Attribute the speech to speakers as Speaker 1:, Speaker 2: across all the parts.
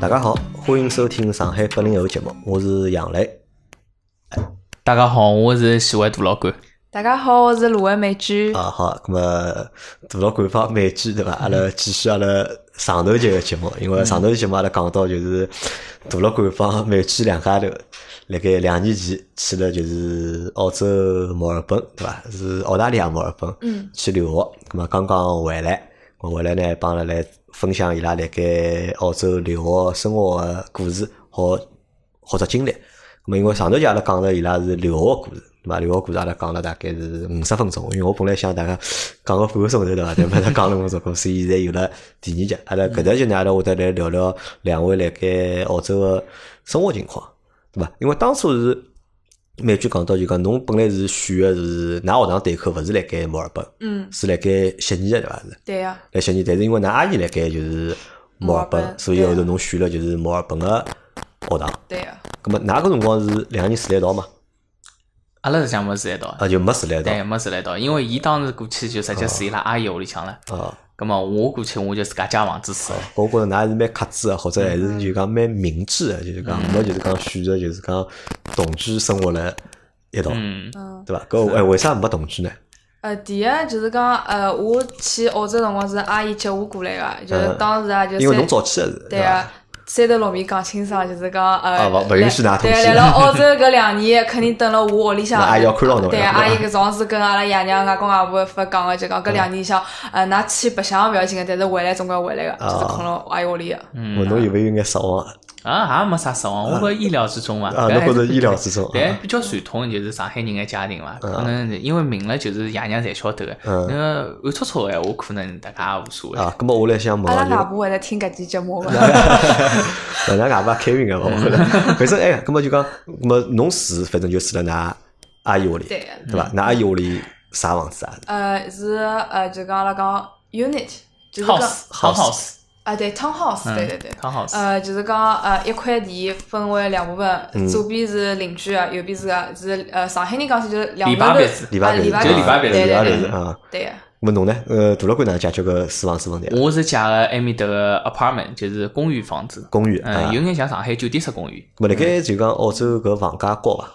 Speaker 1: 大家好，欢迎收听上海八零后节目，我是杨磊。
Speaker 2: 大家好，我是喜欢大老倌。
Speaker 3: 大家好，我是卢湾美娟。
Speaker 1: 啊，好，那么大老官方美剧对伐？阿拉继续阿拉上头集个节目，因为上头集节目阿拉讲到就是大老官方美剧两家头，辣盖两年前去了就是澳洲墨尔本对伐？是澳大利亚墨尔本，
Speaker 3: 嗯，
Speaker 1: 去留学，那么刚刚回来，我回来呢帮阿拉来分享伊拉辣盖澳洲留学生活个故事和或者经历。咁么因为上头节阿拉讲了伊拉是留学个故事，对伐？留学故事阿拉讲了大概是五十分钟，因为我本来想大家讲个半个钟头对伐？但没得讲了五十分钟，所以现在有了第二集。阿拉搿搭集呢，阿拉会得来聊聊两位辣盖澳洲个生活情况，对伐？因为当初是美剧讲到就讲，侬本来是选个是㑚学堂对口，勿是辣盖墨尔本，
Speaker 3: 嗯，
Speaker 1: 是辣盖悉尼个对伐？是
Speaker 3: 对啊呀、
Speaker 1: 辣悉尼，但是因为㑚阿姨辣盖就是墨尔
Speaker 3: 墨尔
Speaker 1: 本，
Speaker 3: 本
Speaker 1: 所以后头侬选了就是墨尔本个学堂。
Speaker 3: 对啊呀、
Speaker 1: 咁么，㑚搿辰光是两个人住辣一道嘛？
Speaker 2: 阿拉是讲没住一道的，
Speaker 1: 啊，就没住辣一
Speaker 2: 对，
Speaker 1: 道
Speaker 2: 没住一道，因为伊当时过去就直接住伊拉阿姨屋里向了。
Speaker 1: 啊。
Speaker 2: 葛么我过去我就自家借房子住了。
Speaker 1: 我觉着㑚还是蛮克制个，或者还
Speaker 3: 嗯
Speaker 1: 是就讲蛮明智个，就是讲没就是讲选择就是讲同居生活辣一道，
Speaker 2: 嗯，
Speaker 3: 嗯，
Speaker 1: 对伐？搿哎为啥没同居呢？
Speaker 3: 呃，第一就是讲，呃，我去澳洲辰光是阿姨接我过来个，就是当时啊，就
Speaker 1: 嗯因为侬
Speaker 3: 三
Speaker 1: 早起个是，
Speaker 3: 对
Speaker 1: 伐？
Speaker 3: 啊，三头六面讲清爽，就是讲，
Speaker 1: 啊
Speaker 3: 呃，
Speaker 1: 勿勿允许㑚同
Speaker 3: 对
Speaker 1: 居
Speaker 3: 啊，来了澳洲搿两年，肯定等了我屋 里向。
Speaker 1: 那阿姨要看牢侬
Speaker 3: 对
Speaker 1: 呀
Speaker 3: 啊，
Speaker 1: 对吧
Speaker 3: 阿姨搿种是跟阿拉爷娘、外公外婆发讲个，就讲搿两年里向，呃，㑚去白相勿要紧个，但是回来总归回来个，
Speaker 1: 啊
Speaker 3: 就是困了阿姨屋里个。
Speaker 1: 问侬有没有眼失望啊？
Speaker 2: 啊，也没啥失望，我觉着意料之中嘛。
Speaker 1: 啊，侬
Speaker 2: 搿还
Speaker 1: 觉着
Speaker 2: 是
Speaker 1: 意料之中
Speaker 2: 但
Speaker 1: 啊？
Speaker 2: 比较传统的就是上海人的家庭伐，可能因为明了就是爷娘侪晓得个，
Speaker 1: 嗯
Speaker 2: 那暗搓搓闲话可能大家也无所谓。
Speaker 1: 啊，咁么我来想问
Speaker 3: 嗯
Speaker 1: 啊，
Speaker 3: 阿拉
Speaker 1: 就
Speaker 3: 外婆会得听搿期节目个。
Speaker 1: 本来外爸开运个嘛，我觉得。
Speaker 3: 嗯
Speaker 1: 反正哎，搿么就讲，搿么侬住，反正就住了㑚阿姨屋里，
Speaker 3: 对啊嗯
Speaker 1: 对伐？㑚阿姨屋里啥房子啊？
Speaker 3: 呃，是呃，就讲阿拉讲 unit，就是讲
Speaker 2: house house 嗯
Speaker 3: 啊，对，townhouse，对对对。
Speaker 2: 汤 house，
Speaker 3: 呃，就是讲，呃，一块地分为两部
Speaker 2: 嗯
Speaker 3: 分，左边是邻居啊，右边是个是呃，上海人讲起就是两
Speaker 2: 篱笆
Speaker 3: 头
Speaker 2: 别墅
Speaker 1: 礼
Speaker 3: 啊
Speaker 1: 拜
Speaker 3: 篱
Speaker 1: 啊
Speaker 3: 笆
Speaker 2: 就
Speaker 3: 别
Speaker 2: 篱笆
Speaker 3: 墅
Speaker 2: 别墅
Speaker 1: 礼
Speaker 3: 对
Speaker 2: 篱
Speaker 1: 拜
Speaker 2: 笆
Speaker 1: 别
Speaker 2: 别
Speaker 3: 对
Speaker 1: 墅
Speaker 2: 墅
Speaker 3: 对
Speaker 1: 啊。
Speaker 3: 对呀，
Speaker 1: 咁么侬呢？呃，大老倌哪能解决搿住房子问题啊？
Speaker 2: 我是借个埃面搭个 apartment，就是公寓房子。
Speaker 1: 公寓啊
Speaker 2: 嗯，，有眼像上海酒店式公寓。
Speaker 1: 咁么辣盖就讲澳洲搿房价高伐？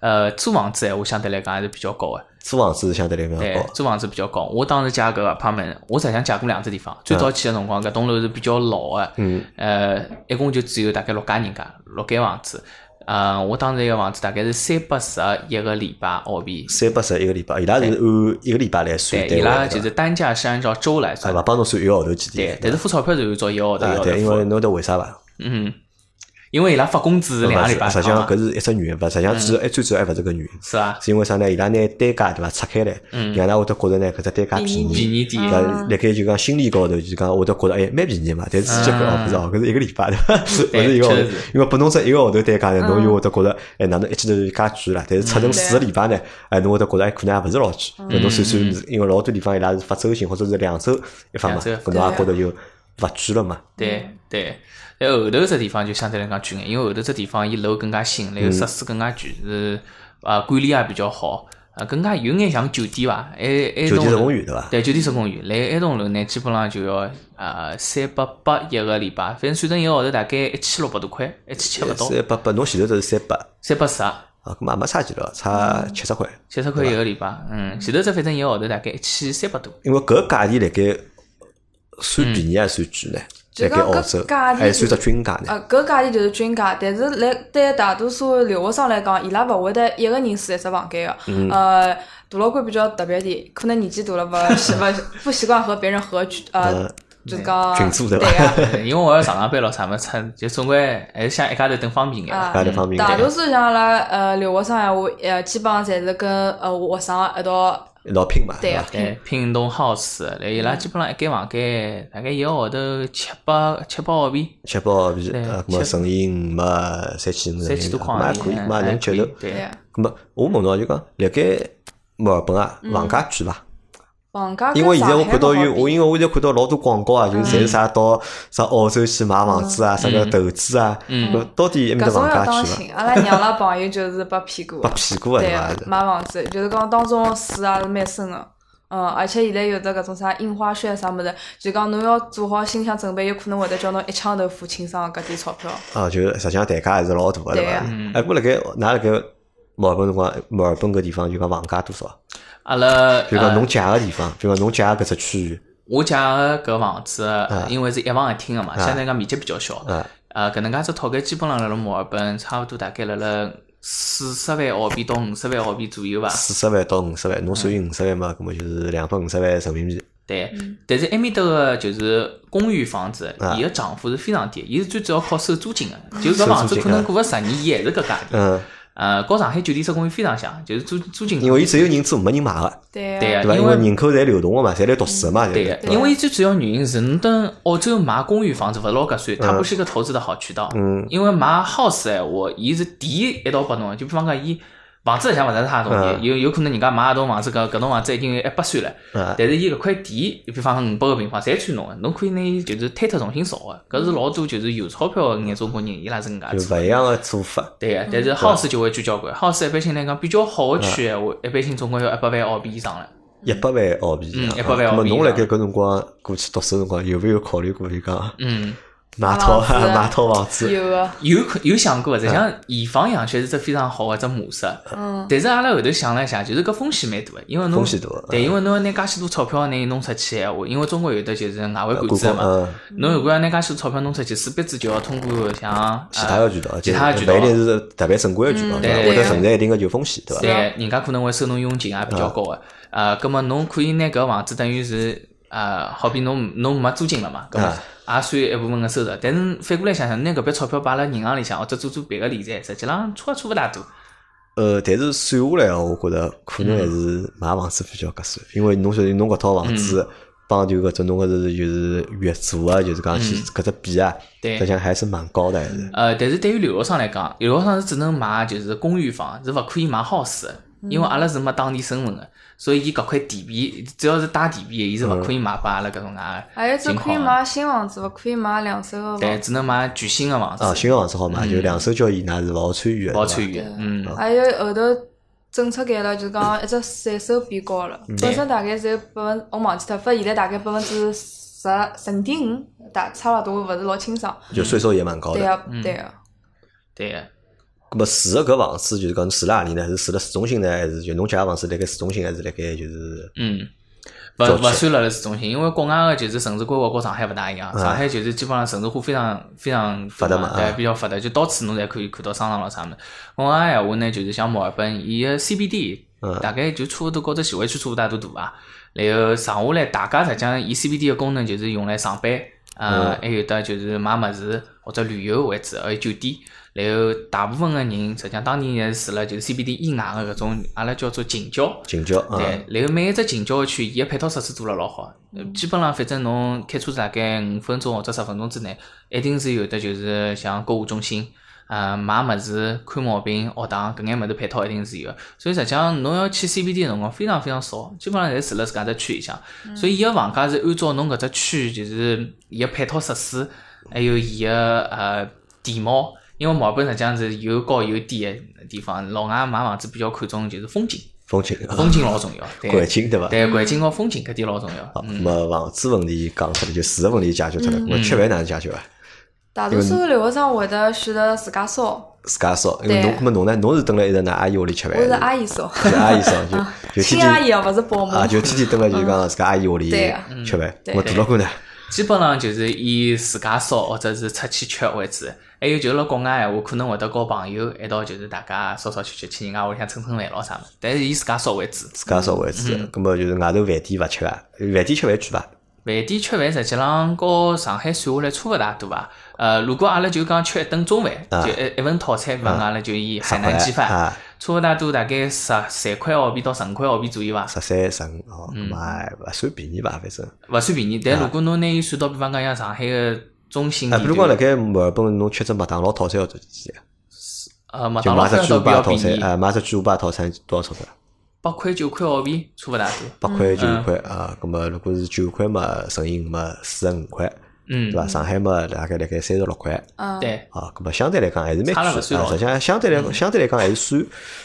Speaker 2: 呃，租房子闲话相对来讲还是比较高的，
Speaker 1: 租房子是相对来讲
Speaker 2: 对
Speaker 1: 高，，啊
Speaker 2: 租房子比较高。我当时借搿个 apartment，我实际上借过两只地方。最早去的辰光，搿栋楼是比较老的，
Speaker 1: 嗯，
Speaker 2: 呃，一共就只有大概六家人家，六间房子。呃，我当时一个房子大概是三百十一个礼拜澳币，
Speaker 1: 三百十一个礼拜，伊拉是按一个礼拜来算
Speaker 2: 对，
Speaker 1: 单
Speaker 2: 伊
Speaker 1: 位
Speaker 2: 拉
Speaker 1: 的，
Speaker 2: 就
Speaker 1: 对伐
Speaker 2: 是单价是按照周来
Speaker 1: 啊，
Speaker 2: 算
Speaker 1: 勿
Speaker 2: 的，
Speaker 1: 帮侬算一个号头几
Speaker 2: 对
Speaker 1: 钿。，
Speaker 2: 但是付钞票是按照一个号头一
Speaker 1: 啊，
Speaker 2: 个号头
Speaker 1: 对，因
Speaker 2: 付
Speaker 1: 为
Speaker 2: 的，
Speaker 1: 侬晓得为啥伐？
Speaker 2: 嗯，因为伊拉发工资是两个礼拜
Speaker 1: 实
Speaker 2: 发
Speaker 1: 际上
Speaker 2: 嘛，嗯
Speaker 1: 搿是一只原因，勿实际上主要哎最主要还勿是搿原因。
Speaker 2: 是伐？
Speaker 1: 是因为啥呢？伊拉拿单价对伐拆开来，让㑚会得觉着呢搿只单价便
Speaker 2: 嗯便
Speaker 1: 宜。
Speaker 2: 宜点，
Speaker 3: 啊
Speaker 1: 那辣盖就讲心理高头，就是讲会得觉着哎蛮便宜嘛，但是实际搿哦勿是哦，搿是一个礼 拜对伐？勿是一个号头
Speaker 2: 啊确实，
Speaker 1: 因为拨侬只一个号头单价呢，侬
Speaker 3: 嗯
Speaker 1: 就会得觉着哎哪能一记头就介贵啦？但是拆
Speaker 2: 嗯
Speaker 1: 成四个礼拜呢，哎侬会得觉着哎可能也勿是老
Speaker 3: 嗯
Speaker 1: 贵，搿侬算算，
Speaker 2: 嗯
Speaker 1: 因为老多地方伊拉是发周薪或者是两周一发嘛，
Speaker 2: 两周
Speaker 1: 搿侬也觉着就勿贵了嘛。
Speaker 2: 对对，但后头只地方就相对来讲贵眼，因为后头只地方伊楼更加新，
Speaker 1: 嗯
Speaker 2: 然后设施更加全，是啊管理也比较好，啊更加有眼像酒店伐，埃埃
Speaker 1: 酒店
Speaker 2: 栋
Speaker 1: 式
Speaker 2: 楼
Speaker 1: 公寓对伐？
Speaker 2: 对酒店式公寓，来埃栋楼呢基本上就要啊三百八一个礼拜，反正算成一个号头大概一千六百多块，一千七勿到，
Speaker 1: 三百八，侬前头只是三百，
Speaker 2: 三百十。
Speaker 1: 啊，搿嘛也没差几多，差
Speaker 2: 嗯
Speaker 1: 七十块。
Speaker 2: 七十块一个礼拜，嗯，前头只反正一个号头大概一千三百多，
Speaker 1: 因为搿价钿辣盖算便宜还是算贵呢？辣
Speaker 3: 就
Speaker 1: 盖
Speaker 3: 讲
Speaker 1: 澳
Speaker 3: 嗯搿
Speaker 1: 洲
Speaker 3: 价钿
Speaker 1: 还是算只均价呢？
Speaker 3: 呃，搿价钿就是均价，但是来对大多数留学生来讲，伊拉勿会得一个人住一只房间个。
Speaker 2: 嗯
Speaker 3: 呃，大老倌比较特别点，可能年纪大了勿习勿不习惯和别人合居，呃，就讲
Speaker 1: 群住对
Speaker 3: 对啊
Speaker 1: 吧
Speaker 3: 呀。
Speaker 2: 嗯因为我要上上班咯，啥么子，就总归还是想一家头等方便眼嘛。
Speaker 3: 啊
Speaker 1: 搿两方面
Speaker 3: 大
Speaker 1: 对
Speaker 3: 多数像阿拉呃留学生闲话，呃，基本上侪是跟呃学生一道
Speaker 1: 老拼嘛，
Speaker 3: 对啊
Speaker 1: 伐
Speaker 3: 呀？
Speaker 2: 对， 拼东 house，来
Speaker 1: 嗯
Speaker 2: 伊拉基本上一间房间大概一个号头七八七八澳币，
Speaker 1: 七八澳币，
Speaker 2: 对
Speaker 1: 啊，搿么
Speaker 2: 七
Speaker 1: 乘以五嘛，三千五，
Speaker 2: 三千多块
Speaker 1: 嘛
Speaker 2: 洋
Speaker 1: 也可
Speaker 2: 钿
Speaker 1: 以，
Speaker 2: 嗯
Speaker 1: 嘛
Speaker 2: 还
Speaker 1: 能
Speaker 2: 可
Speaker 1: 接
Speaker 2: 以
Speaker 1: 受。
Speaker 3: 对
Speaker 2: 对
Speaker 3: 呀。
Speaker 1: 搿么我问侬就讲，辣盖墨尔本啊，房价贵伐？
Speaker 3: 房嗯啊价跟
Speaker 1: 因为现在我
Speaker 3: 上海
Speaker 1: 看到
Speaker 3: 勿好
Speaker 1: 有，
Speaker 3: 比嗯
Speaker 1: 我因为我现在看到老多广告啊，就是侪是啥到啥澳洲去买房子啊，啥
Speaker 2: 嗯
Speaker 1: 个投资啊，搿到底埃面
Speaker 3: 搿
Speaker 1: 搭
Speaker 3: 种
Speaker 1: 房
Speaker 3: 要
Speaker 1: 价
Speaker 3: 当
Speaker 1: 贵伐？
Speaker 3: 心，阿拉娘拉朋友就是被骗过
Speaker 1: 被
Speaker 3: 的，
Speaker 1: 骗过啊
Speaker 3: 对
Speaker 1: 对伐
Speaker 3: 啊呀？买房子就是讲当中水也是蛮深的，嗯，而且现在有的搿种啥印花税啥物事，就讲侬要做好心想准备，有可能会得叫侬一枪头付清爽搿点钞票。
Speaker 1: 啊，就实际上代价还是老大个，
Speaker 3: 对
Speaker 1: 伐
Speaker 3: 啊？
Speaker 2: 嗯
Speaker 1: 哎，不过辣盖㑚辣盖墨尔本辰光，墨尔本搿地方就讲房价多少？啊
Speaker 2: 阿拉
Speaker 1: 比如讲
Speaker 2: 呃
Speaker 1: 侬借个地方，比如讲侬借个搿只区域，
Speaker 2: 我借个搿房子，因为是一房一厅个嘛，相对来讲面积比较小
Speaker 1: 啊。
Speaker 2: 呃，搿能介只套间基本上辣辣墨尔本，差勿多大概辣辣四十万澳币到五十万澳币左右伐。
Speaker 1: 四十万到五十万，侬算五十万嘛，搿么就是两百五十万人民币。
Speaker 2: 对，
Speaker 1: 嗯
Speaker 2: 但是埃面搭个就是公寓房子，
Speaker 1: 啊
Speaker 2: 伊个涨幅是非常低，伊是最主要靠收租金个。就搿房子可能
Speaker 1: 啊
Speaker 2: 过个十年，伊还是搿价钿。
Speaker 1: 嗯，
Speaker 2: 呃，和上海酒店式公寓非常像，就是租租金。
Speaker 1: 因为伊只有人住，没人买个，
Speaker 3: 对
Speaker 2: 对
Speaker 3: 啊
Speaker 2: 啊
Speaker 1: 对伐？
Speaker 2: 因
Speaker 1: 因
Speaker 2: 为
Speaker 1: 为人口侪流动个嘛，侪来读书的嘛，
Speaker 2: 对
Speaker 1: 对
Speaker 2: 因为最主要原因是，侬等澳洲买公寓房子勿是老合算，它
Speaker 1: 嗯
Speaker 2: 不是一个投资的好渠道。嗯，因为买 house 哎，我伊是第一一道拨侬的，就比方讲伊房子里向勿是他的东
Speaker 1: 嗯
Speaker 2: 西，有有可能人家买一栋房子，搿搿栋房子已经一百岁了，
Speaker 1: 嗯
Speaker 2: 但是伊搿块地，比方讲五百个平方，侪算侬的，侬可以拿伊就是推脱重新造个，搿是老多就是有钞票的眼中国人伊拉是搿能介
Speaker 1: 就
Speaker 2: 做的。
Speaker 1: 勿一样个做法。
Speaker 2: 对个，但是 house 就会贵交关，house 一般性来讲比较好的区闲话，一般性总归要一百万澳币以上了。
Speaker 1: 一百万澳币，
Speaker 2: 嗯
Speaker 1: 啊
Speaker 2: 100万澳币
Speaker 1: 那么侬辣盖搿辰光过去读书辰光，有没有考虑过就讲
Speaker 2: 嗯。
Speaker 1: 买套
Speaker 3: 房子
Speaker 1: 买套房子？
Speaker 3: 有啊个，
Speaker 2: 有可有想过，实际
Speaker 1: 嗯
Speaker 2: 上以房养犬是只非常好个只模式。
Speaker 3: 嗯，
Speaker 2: 但是阿拉后头想了一下，就是搿风险蛮大个，因为侬
Speaker 1: 风险大嗯
Speaker 2: 对，因为侬要拿介许多钞票拿伊弄出去闲话，因为中国有的就是外汇管
Speaker 1: 故
Speaker 2: 制
Speaker 1: 宫
Speaker 2: 的嘛。
Speaker 1: 嗯，
Speaker 2: 侬如果要拿介许多钞票弄出去，势必子就要通过像
Speaker 1: 其他个
Speaker 2: 呃
Speaker 1: 渠道，
Speaker 2: 其他
Speaker 1: 就
Speaker 2: 渠道
Speaker 1: 勿一定是特别正规个渠道，
Speaker 2: 嗯
Speaker 1: 对伐？
Speaker 2: 对
Speaker 1: 会得存在一定个就风险，对伐？啊
Speaker 2: 对，啊
Speaker 3: 啊
Speaker 2: 人家可能会收侬佣金也比较高个。呃，葛末侬可以拿搿房子等于是呃，好比侬侬没租金了嘛，葛末
Speaker 1: 啊
Speaker 2: 也算一部分个收入。但是反过来想想，拿搿笔钞票摆辣银行里向或者做做别个理财，实际浪差也差勿大多。
Speaker 1: 呃，但是算下来，我觉得可能还
Speaker 2: 嗯
Speaker 1: 是买房子比较合算，因为侬晓得侬搿套房子帮就搿种侬搿是就是月租啊，就是讲起搿只比啊，
Speaker 2: 嗯对
Speaker 1: 实际上还是蛮高的，还是。
Speaker 2: 呃，但是对于留学生来讲，留学生是只能买就是公寓房，是勿可以买 house 的，
Speaker 3: 嗯
Speaker 2: 因为阿拉是没当地身份的，所以伊搿块地皮只要是带地皮的，伊是勿可以买拨阿拉搿种外
Speaker 3: 还有
Speaker 2: 个
Speaker 3: 只
Speaker 2: 情
Speaker 1: 啊
Speaker 3: 可以
Speaker 2: 况的。
Speaker 3: 买新房子，勿可以买两手个
Speaker 2: 对，
Speaker 3: 房。
Speaker 2: 只能买全新的房
Speaker 1: 啊，
Speaker 2: 子，
Speaker 1: 新个房子好买，
Speaker 2: 嗯
Speaker 1: 就两手交易那是勿好参与的，
Speaker 2: 勿好
Speaker 1: 对伐
Speaker 2: 参与的。嗯，
Speaker 3: 还有后头政策改了，就讲一只税收变高了，本身大概只有百分，我忘记脱，反正现在大概百分之十十二点五，大差勿多，勿是老清爽。
Speaker 1: 就税收也蛮高的。
Speaker 3: 对啊个，对个。
Speaker 2: 对啊的。
Speaker 1: 咁么住个搿房子就是讲侬住辣何里呢？是住辣市中心呢，还是就侬借个房子辣盖市中心，还是辣盖就是
Speaker 2: 嗯，勿
Speaker 1: 郊区
Speaker 2: 勿算辣辣市中心，因为国外个就是城市规划和上海勿大一样，上海就是基本上城市化非常非常
Speaker 1: 嗯发达嘛
Speaker 2: 对
Speaker 1: 啊，
Speaker 2: 比较发达，就到处侬侪可以看到商场咯啥物事。国外闲话呢，就是像墨尔本，伊个 CBD
Speaker 1: 嗯
Speaker 2: 大概就差勿多高头徐汇区差勿大多大伐。然后剩下来，大家实际上以 CBD 个功能就是用来上班，
Speaker 1: 嗯
Speaker 2: 呃，还有得就是买物事或者旅游为主，还有酒店。然后大部分个人实际上当地人是住辣就是 CBD 以外个搿种，阿拉叫做近郊。
Speaker 1: 近郊啊？
Speaker 2: 对，然后每一只近郊区，伊个配套设施做了老好，呃基本上反正侬开车子大概五分钟或者十分钟之内，一定是有的，就是像购物中心。呃，买物事、看毛病、学堂搿眼物事配套一定是有的，所以实际上侬要去 CBD 的辰光非常非常少，基本上侪住辣自家只区里向，所以伊个房价是按照侬搿只区就是伊个配套设施，还有伊个呃地貌，因为毛本实际上是有高有低个地方，老外买房子比较看重就是风景，
Speaker 1: 风景啊，
Speaker 2: 风景老重要，对
Speaker 1: 环境对伐？
Speaker 2: 对环境和风景搿点老 重
Speaker 1: 好，
Speaker 2: 要。
Speaker 1: 咁么房子问题讲出来，就住个问题解决脱
Speaker 2: 嗯
Speaker 1: 了。咁么吃饭哪能解决啊？
Speaker 3: 大多数留学生会得选择自家烧，
Speaker 1: 自家烧，因为侬
Speaker 3: 对
Speaker 1: 咁么侬呢？侬是蹲辣一直㑚阿姨屋里吃
Speaker 3: 我
Speaker 1: 饭，
Speaker 3: 是阿姨烧，
Speaker 1: 是阿姨烧，就就天
Speaker 3: 亲阿
Speaker 1: 天
Speaker 3: 姨哦，勿是保姆。
Speaker 1: 啊，就天天蹲辣就是讲自家阿姨屋里
Speaker 3: 对啊
Speaker 1: 吃饭。
Speaker 3: 对
Speaker 1: 我大老倌呢，
Speaker 2: 基本上就是以自家烧或者是出去吃为主，还有就是辣国外闲话，可能会得和朋友一道就是大家烧烧吃吃，去人家屋里向蹭蹭饭咯啥物事，但是以自家烧为主。
Speaker 1: 自家烧为主。
Speaker 2: 嗯
Speaker 1: 咁么就是外头饭店勿吃啊？饭店吃饭贵伐？
Speaker 2: 饭店吃饭实际上和上海算下来差勿大多伐？呃，如果阿拉就讲吃一顿中饭，就一一份套餐，比方讲阿拉就以海南鸡饭，
Speaker 1: 啊，
Speaker 2: 差勿大多大概十三块澳币到十五块澳币左右伐？
Speaker 1: 十三十五哦，
Speaker 2: 嗯
Speaker 1: 咁么也勿算便宜吧，反正。
Speaker 2: 勿算便宜，但如果侬拿伊算到比方讲像上海个中心
Speaker 1: 啊，
Speaker 2: 地
Speaker 1: 比如讲，
Speaker 2: 段，
Speaker 1: 辣盖墨尔本，侬吃只麦当劳套餐要多少钱啊？
Speaker 2: 呃，麦
Speaker 1: 就
Speaker 2: 当劳
Speaker 1: 买
Speaker 2: 反
Speaker 1: 只巨
Speaker 2: 而倒
Speaker 1: 无
Speaker 2: 比
Speaker 1: 霸
Speaker 2: 较
Speaker 1: 套
Speaker 2: 便
Speaker 1: 餐，
Speaker 2: 宜，
Speaker 1: 啊，买只巨无霸套餐多少钞票？
Speaker 2: 八块九块澳币，差勿大多。
Speaker 1: 八块九块
Speaker 2: 嗯
Speaker 1: 啊，咁么如果是九块嘛，乘以五嘛，四十五块，对
Speaker 2: 嗯，
Speaker 1: 伐？上海嘛，大概辣盖三十六块
Speaker 3: 嗯，
Speaker 2: 对，
Speaker 1: 啊，咁么相对来讲还是蛮
Speaker 2: 差了嗯
Speaker 1: 贵
Speaker 2: 勿
Speaker 1: 的，
Speaker 2: 算
Speaker 1: 啊
Speaker 2: 老
Speaker 1: 实际上相对来相对来讲还是算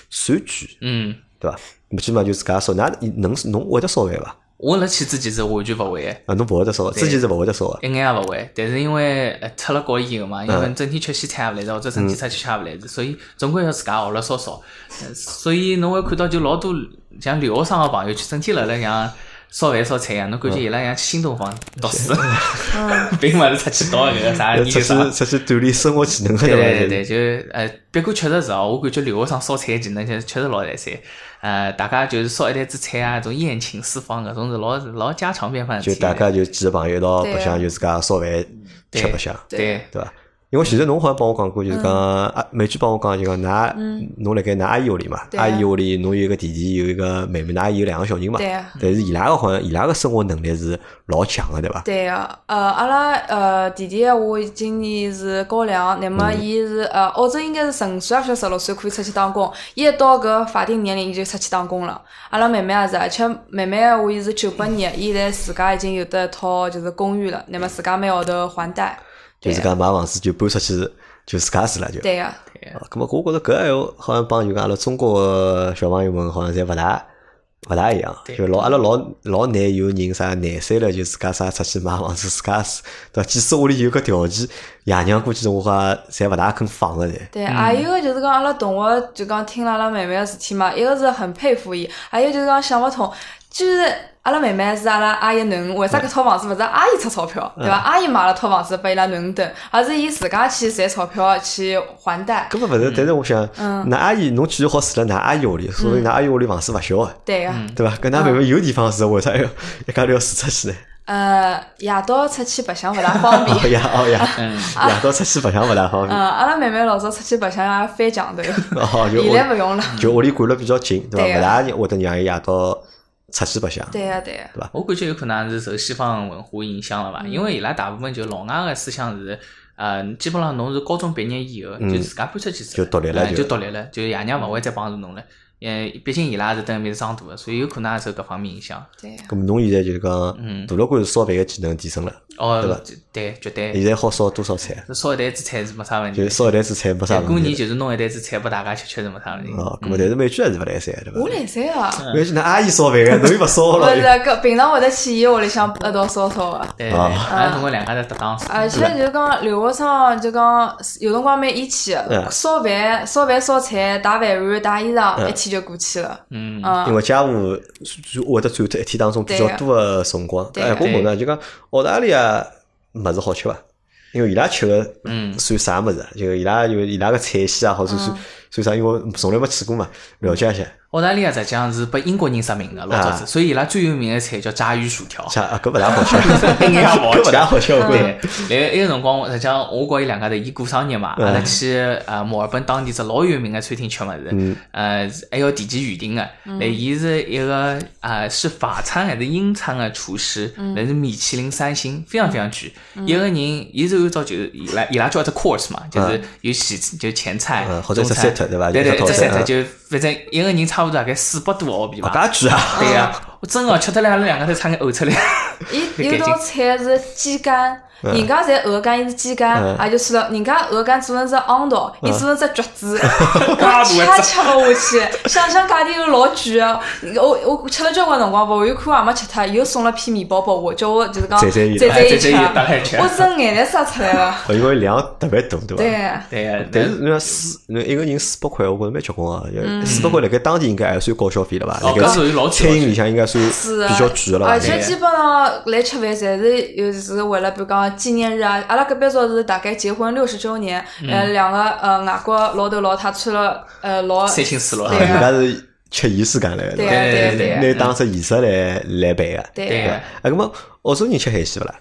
Speaker 1: 算贵，
Speaker 2: 嗯，
Speaker 1: 对伐？那么基本上就自家烧。㑚能侬会得烧饭伐？
Speaker 2: 我辣去之前是完全勿会个，
Speaker 1: 啊，侬勿会得烧，自己是勿会得烧个。
Speaker 2: 一眼也勿会。但是因为呃出了国以后
Speaker 1: 嗯
Speaker 2: 嘛，因为整天吃西餐也勿来事，或者整天吃吃也勿来事，所以总归要自家学了烧烧。呃所以侬会看到就老多像留学生个啊朋友，就整天辣辣像烧饭烧菜一样，侬感
Speaker 1: 嗯
Speaker 2: 觉伊拉像去新东方 读书， 并勿是出去读搿个啥
Speaker 1: 要
Speaker 2: 研
Speaker 1: 出
Speaker 2: 究
Speaker 1: 去
Speaker 2: 生。啊
Speaker 1: 出去锻炼生活技能个
Speaker 2: 对
Speaker 1: 伐？
Speaker 2: 对对，就呃，别过确实是哦，我感觉留学生烧菜的技能确实确实老来三。呃，大家就是烧一台子菜啊，种宴请四方搿种是老老家常便饭的
Speaker 1: 就
Speaker 2: 事体。
Speaker 1: 大家就几个朋友一道
Speaker 3: 对啊
Speaker 1: 白相，就自家烧饭吃
Speaker 2: 对
Speaker 1: 白相，
Speaker 2: 对
Speaker 1: 对伐？因为其实侬好像帮我讲过，就是讲
Speaker 3: 嗯
Speaker 1: 啊，美娟帮我讲就讲，㑚侬辣盖㑚阿姨屋里嘛，
Speaker 3: 对啊
Speaker 1: 阿姨屋里侬有一个弟弟，有一个妹妹，㑚阿姨有两个小人嘛
Speaker 3: 对啊。
Speaker 1: 但是伊拉个好像伊拉个生活能力是老强个，对伐？
Speaker 3: 对个、呃，阿拉呃弟弟的话，今年是高两，那么伊是呃澳洲应该是十五岁还是十六岁可以出去打工，伊一到搿法定年龄伊就出去打工了。阿拉妹妹也是，啊而且妹妹的话伊是九八年，伊现在自家已经有得一套就是公寓了，那么自家每号头还贷。
Speaker 1: 就
Speaker 3: 对
Speaker 1: 是讲买房子就搬出去，就自家住了就。
Speaker 3: 对个、
Speaker 1: 啊，咁么我觉着搿还好像帮就讲阿拉中国个小朋友们好像侪勿大勿大一样，
Speaker 2: 对
Speaker 1: 就老阿拉老老难有人啥廿岁了就自家啥出去买房子自家住，对伐？即使屋里有搿条件，爷娘估计我讲侪勿大肯放个侪。
Speaker 3: 对，还有个就是讲阿拉同学就讲听了阿拉妹妹个事体嘛，一个是很佩服伊，还有就是讲想勿通，居然阿拉妹妹是阿拉阿姨囡，为啥搿套房子勿是阿姨出钞票，对伐？阿姨买了套房子拨伊拉囡等，而是伊自家去赚钞票去还贷。
Speaker 1: 根本勿是，但是我想，㑚阿姨侬既然好住辣㑚阿姨屋里，说明㑚阿姨屋里房子勿小个，
Speaker 3: 对个、
Speaker 1: 对伐？搿㑚妹妹有地方住，为啥要一家头要住出去呢？
Speaker 3: 呃，夜到出去白相勿大方 便。
Speaker 1: 哦呀哦呀，
Speaker 2: 嗯
Speaker 1: 夜到出去白相勿大方
Speaker 3: 嗯，
Speaker 1: 便，
Speaker 3: 阿拉妹妹老早出去白相也翻墙头，
Speaker 1: 哦，就
Speaker 3: 现
Speaker 1: 屋
Speaker 3: 在勿用了。
Speaker 1: 就屋里管了比较紧，对
Speaker 3: 对
Speaker 1: 伐？
Speaker 3: 啊
Speaker 1: 勿大会得让伊夜到出去白相。
Speaker 3: 对个、对个、
Speaker 2: 我感觉有可能是受西方文化影响了
Speaker 1: 嗯
Speaker 2: 吧，因为伊拉大部分就老外个思想是，呃，基本上侬是高中毕业以后就自家搬出去
Speaker 1: 嗯
Speaker 2: 住
Speaker 1: 就独立了
Speaker 2: 呃
Speaker 1: 就
Speaker 2: 就独立了，就爷娘勿会再帮助侬了。呃，毕竟伊拉是等埃面长大个，所以有可能也受搿方面影响。
Speaker 3: 对个、
Speaker 1: 咁么侬现在就是讲，
Speaker 2: 嗯
Speaker 1: 大老倌烧饭个技能提升了，对
Speaker 2: 哦
Speaker 1: 吧，
Speaker 2: 对，绝对
Speaker 1: 现，在好烧多少菜？
Speaker 2: 烧一台子菜是没啥问
Speaker 1: 就
Speaker 2: 题
Speaker 1: 是。烧一台子菜没啥
Speaker 2: 对，嗯过
Speaker 1: 问
Speaker 2: 年
Speaker 1: 题。
Speaker 2: 哎就是弄一台子菜拨大家吃，吃是没啥问题。
Speaker 1: 哦，咁么但是美剧还是勿来三，对
Speaker 3: 我
Speaker 1: 伐？
Speaker 3: 来啊三个。
Speaker 1: 美剧㑚阿姨烧饭 个，侬又勿烧
Speaker 3: 勿
Speaker 1: 嗯了
Speaker 3: 是，。搿平常会得去伊屋里向一道烧烧个。
Speaker 2: 对，
Speaker 1: 啊
Speaker 2: 俺通过两家头搭档。
Speaker 3: 而且呃就讲留学生就讲有辰光蛮义气的
Speaker 1: 嗯，
Speaker 3: 烧饭、烧饭、烧菜、打饭碗、打衣裳，
Speaker 1: 嗯
Speaker 3: 一天就过去了。
Speaker 2: 嗯，
Speaker 1: 因
Speaker 3: 嗯，
Speaker 1: 为家务就会得占脱一天当中比较多个辰光。
Speaker 3: 对
Speaker 1: 哎，
Speaker 3: 啊
Speaker 1: 我问呢，就讲澳大利亚物事好吃伐？因为伊拉吃个
Speaker 2: 嗯
Speaker 1: 算啥物事啊？就伊拉有伊拉个菜系啊，或者
Speaker 3: 嗯
Speaker 1: 算算啥？因为我从来没去过嘛，了解一下。
Speaker 2: 澳大利亚实际上是被英国人殖民的，老早
Speaker 1: 啊
Speaker 2: 子，所以伊拉最有名的菜叫炸鱼薯条。
Speaker 1: 吃啊，搿勿大好吃，
Speaker 2: 一眼也勿好吃
Speaker 1: 搿勿大好吃，我觉着。
Speaker 2: 对，啊来埃个辰光，实际上我和伊两家头，伊过生日嘛，
Speaker 1: 嗯
Speaker 2: 阿拉去呃墨尔本当地只老有名个餐厅吃物
Speaker 1: 嗯
Speaker 2: 事，呃还要提前预定个。来，伊是一个呃是法餐还是英餐个厨师，
Speaker 1: 嗯
Speaker 2: 但是米其林三星，非常非常贵。一个人，伊是按照就是伊拉伊拉叫一只 course 嘛，就是有前就前菜
Speaker 1: 嗯，或者
Speaker 2: 中
Speaker 1: 一只
Speaker 2: 餐
Speaker 1: set，对吧
Speaker 2: 对对，
Speaker 1: 一
Speaker 2: 一
Speaker 1: 只
Speaker 2: 只
Speaker 1: 套餐
Speaker 2: set 就反正一个人差不多大概四百多澳币
Speaker 1: 勿
Speaker 2: 吧。
Speaker 1: 大贵 啊！
Speaker 2: 对呀，我真个吃得来阿拉两家头差眼呕出来。
Speaker 3: 伊
Speaker 2: 搿
Speaker 3: 有道菜是鸡肝，人家侪鹅肝，伊是鸡
Speaker 1: 嗯
Speaker 3: 肝，哎也就算了。人家鹅肝做成只昂道，伊做成只橘 子，
Speaker 2: 大
Speaker 3: 我
Speaker 2: 只
Speaker 3: 吃也吃勿下去。想想价钿又老贵啊！我我吃了交关辰光，服务员看我也没吃脱，又送了片面包拨我，叫我就是讲
Speaker 1: 宰
Speaker 3: 宰
Speaker 1: 宰
Speaker 3: 宰
Speaker 1: 伊
Speaker 2: 哎
Speaker 3: 伊
Speaker 2: 宰宰伊打开吃，
Speaker 3: 吃我真眼泪撒出来了。
Speaker 1: 因为量特别大，对伐？
Speaker 3: 对。
Speaker 2: 对呀，
Speaker 1: 但是你要四，你一个人四百块，我觉着蛮结棍啊！四百块辣盖当地应该还算高消费了吧？
Speaker 2: 哦
Speaker 1: 辣盖
Speaker 2: 搿属于老
Speaker 1: 餐
Speaker 2: 贵
Speaker 1: 饮里向应该算
Speaker 3: 是啊
Speaker 1: 比较贵了吧？
Speaker 3: 而
Speaker 1: 对
Speaker 3: 且基本上来吃饭，侪是有是为了比如讲纪念日啊。阿拉搿边早是大概结婚六十周年，
Speaker 1: 嗯
Speaker 3: 呃，两个呃外国老头老太穿了呃老
Speaker 2: 三清四落。
Speaker 3: 对
Speaker 1: 人
Speaker 3: 啊
Speaker 1: 家是吃仪式感来的，
Speaker 3: 对
Speaker 1: 吧
Speaker 3: 啊对啊
Speaker 2: 对啊
Speaker 1: 拿当成仪式来来办个。
Speaker 2: 对
Speaker 3: 对
Speaker 2: 啊
Speaker 1: 啊，那么澳洲人吃海鲜勿啦？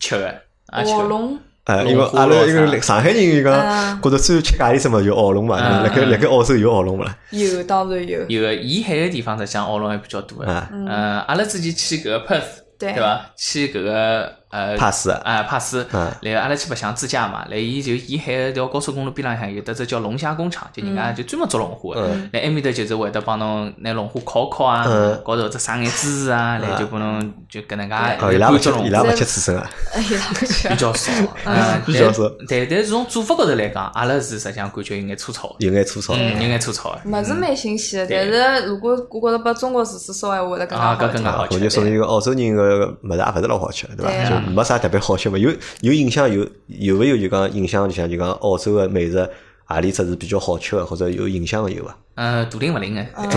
Speaker 2: 吃的，啊吃
Speaker 3: 卧
Speaker 2: 的。
Speaker 3: 龙
Speaker 1: 呃，
Speaker 2: 龙
Speaker 1: 因为
Speaker 2: 虾
Speaker 1: 阿拉
Speaker 2: 咯
Speaker 1: 一个
Speaker 2: 啥
Speaker 1: 上海人伊讲，
Speaker 3: 嗯
Speaker 1: 觉着最吃咖喱什么就澳龙嘛，
Speaker 2: 嗯
Speaker 1: 辣盖
Speaker 2: 嗯
Speaker 1: 辣盖澳洲有澳龙勿啦？
Speaker 3: 有当 然有，
Speaker 2: 有个沿海个地方，实际上澳龙还比较多的。呃
Speaker 1: 啊
Speaker 2: 嗯，阿拉之前去搿个 Perth，
Speaker 3: 嗯对
Speaker 2: 伐？去搿个呃，
Speaker 1: 帕斯啊，
Speaker 2: 啊，帕斯，
Speaker 1: 嗯
Speaker 2: 然后阿拉去白相自驾嘛，然后伊就沿海一条高速公路边浪向有得只叫龙虾工厂，就人
Speaker 3: 嗯
Speaker 2: 家就专门做龙虾的，那埃面搭就是会得帮侬拿龙虾烤烤啊
Speaker 1: 嗯，
Speaker 2: 高头只撒眼芝士啊，然后就帮侬就搿能介
Speaker 1: 哦，伊拉勿
Speaker 2: 干
Speaker 1: 吃
Speaker 2: 只，龙
Speaker 1: 伊
Speaker 2: 虾
Speaker 1: 拉勿吃刺身啊，
Speaker 3: 伊拉个去
Speaker 2: 比，较少，嗯
Speaker 1: 比较少
Speaker 2: 但但但是从做法高头来讲，阿拉是实际上感觉有眼粗糙的，
Speaker 1: 有眼粗糙。
Speaker 2: 嗯，有眼粗糙的。
Speaker 3: 么是蛮新鲜的。但
Speaker 2: 对
Speaker 3: 是如果我觉着把中国厨师烧闲话，会得更加
Speaker 2: 啊，
Speaker 3: 好
Speaker 2: 搿
Speaker 3: 吃。
Speaker 2: 更加
Speaker 1: 啊
Speaker 2: 好，
Speaker 1: 我就
Speaker 2: 吃。
Speaker 1: 说
Speaker 2: 对
Speaker 1: 明一个澳洲人个物事也勿是老好吃，对
Speaker 3: 对
Speaker 1: 伐？
Speaker 3: 啊
Speaker 1: 就没啥特别好吃嘛。有有印象有有没有就讲印象里向就讲澳洲个美食何里只是比较好吃个，或者有印象个有伐？
Speaker 2: 嗯，哎大灵勿灵的，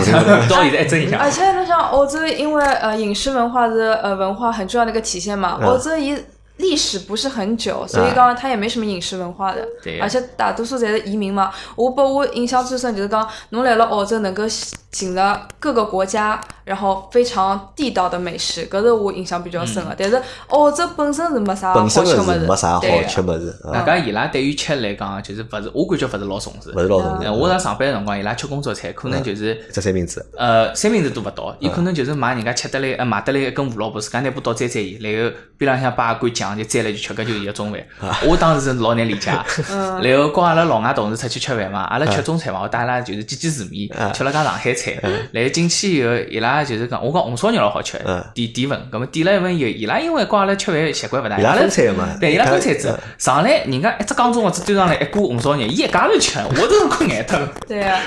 Speaker 2: 到现在一直 印象。
Speaker 1: 啊
Speaker 3: 而且侬像澳洲，因为呃饮食文化是呃文化很重要的一个体现嘛，
Speaker 1: 嗯
Speaker 3: 澳洲伊历史不是很久，所以讲它也没什么饮食文化的，
Speaker 2: 对
Speaker 3: 而且大多数侪是移民嘛。我把我印象最深就是讲，侬来了澳洲能够进了各个国家，然后非常地道的美食，搿是我印象比较深的。但是澳洲本身是没啥
Speaker 2: 啊
Speaker 3: 好
Speaker 1: 嗯本
Speaker 3: 吃
Speaker 1: 身
Speaker 3: 物
Speaker 1: 个
Speaker 3: 事，
Speaker 1: 是没啥好
Speaker 2: 对啊
Speaker 1: 吃物事，啊
Speaker 2: 大家伊拉对于吃来讲，就是勿是，我感觉勿是老重视。
Speaker 1: 勿是老重嗯
Speaker 2: 呃
Speaker 1: 要。
Speaker 2: 我在上班的辰光，伊拉吃工作餐，可能就是
Speaker 1: 只三明治，
Speaker 2: 呃三明治都勿到，
Speaker 1: 嗯
Speaker 2: 伊可能就是买人家吃得来，呃买得来一根胡萝卜，自家拿把刀摘摘伊，然后边浪向摆一罐酱就摘了就吃，搿就是伊 个中饭。
Speaker 1: 啊
Speaker 2: 我当时是老难理解。
Speaker 1: 嗯
Speaker 2: 然后跟阿拉老外同事出去吃饭嘛，阿拉吃中餐嘛，我带阿拉就是见见世面，
Speaker 1: 嗯
Speaker 2: 吃了家上海菜。然后进去以后，伊拉就是讲，我讲红烧肉老好吃
Speaker 1: 嗯，
Speaker 2: 点点份，咁么啊点了一份以后，伊拉因为跟阿拉吃饭习惯勿大，
Speaker 1: 伊拉
Speaker 2: 阿
Speaker 1: 分菜嘛
Speaker 2: 对，伊拉分菜
Speaker 1: 伊
Speaker 2: 制
Speaker 1: 拉，
Speaker 2: 上来人家一只缸中或者端上来一锅红烧肉，伊一家头吃，我都是困 眼脱了。
Speaker 3: 对呀、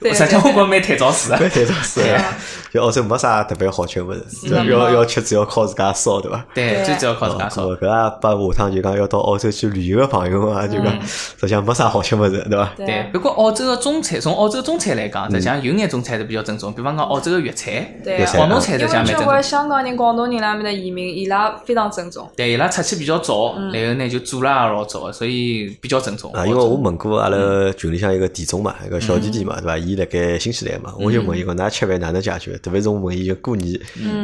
Speaker 3: 对
Speaker 2: 实际上我觉着蛮太早死的。
Speaker 1: 蛮台上是
Speaker 3: 对
Speaker 1: 的
Speaker 3: 啊，
Speaker 1: 就澳洲没啥特别好吃物事，对吧
Speaker 3: 嗯
Speaker 1: 要要吃只要靠自家烧，对伐？
Speaker 2: 对，
Speaker 3: 对
Speaker 2: 最主要靠自家
Speaker 1: 啊，
Speaker 2: 烧。
Speaker 1: 搿个也把下趟就讲要到澳洲去旅游个朋友啊，就讲
Speaker 2: 嗯
Speaker 1: 实际上没啥好吃物事，对伐？
Speaker 3: 对
Speaker 2: 对，不过澳洲的中餐，从澳洲中餐来
Speaker 1: 嗯
Speaker 2: 讲，实际上有眼中餐是比较正宗，比方讲澳洲的粤菜、
Speaker 3: 对呀、
Speaker 2: 广东菜实
Speaker 3: 因
Speaker 2: 际上
Speaker 3: 为
Speaker 2: 蛮正
Speaker 3: 交
Speaker 2: 宗
Speaker 3: 关。香港人、广东人那面的移民，伊拉非常正宗。
Speaker 2: 对，伊拉出去比较早，
Speaker 3: 嗯
Speaker 2: 然后呢就做了也老早，所以比较正宗。
Speaker 1: 啊，因为我问过阿
Speaker 3: 嗯
Speaker 1: 拉群里向一个弟总嘛，一个小弟弟嘛，对伐？伊辣盖新西兰嘛，我就问伊讲，㑚吃饭哪能解决？特别是我问伊就过年，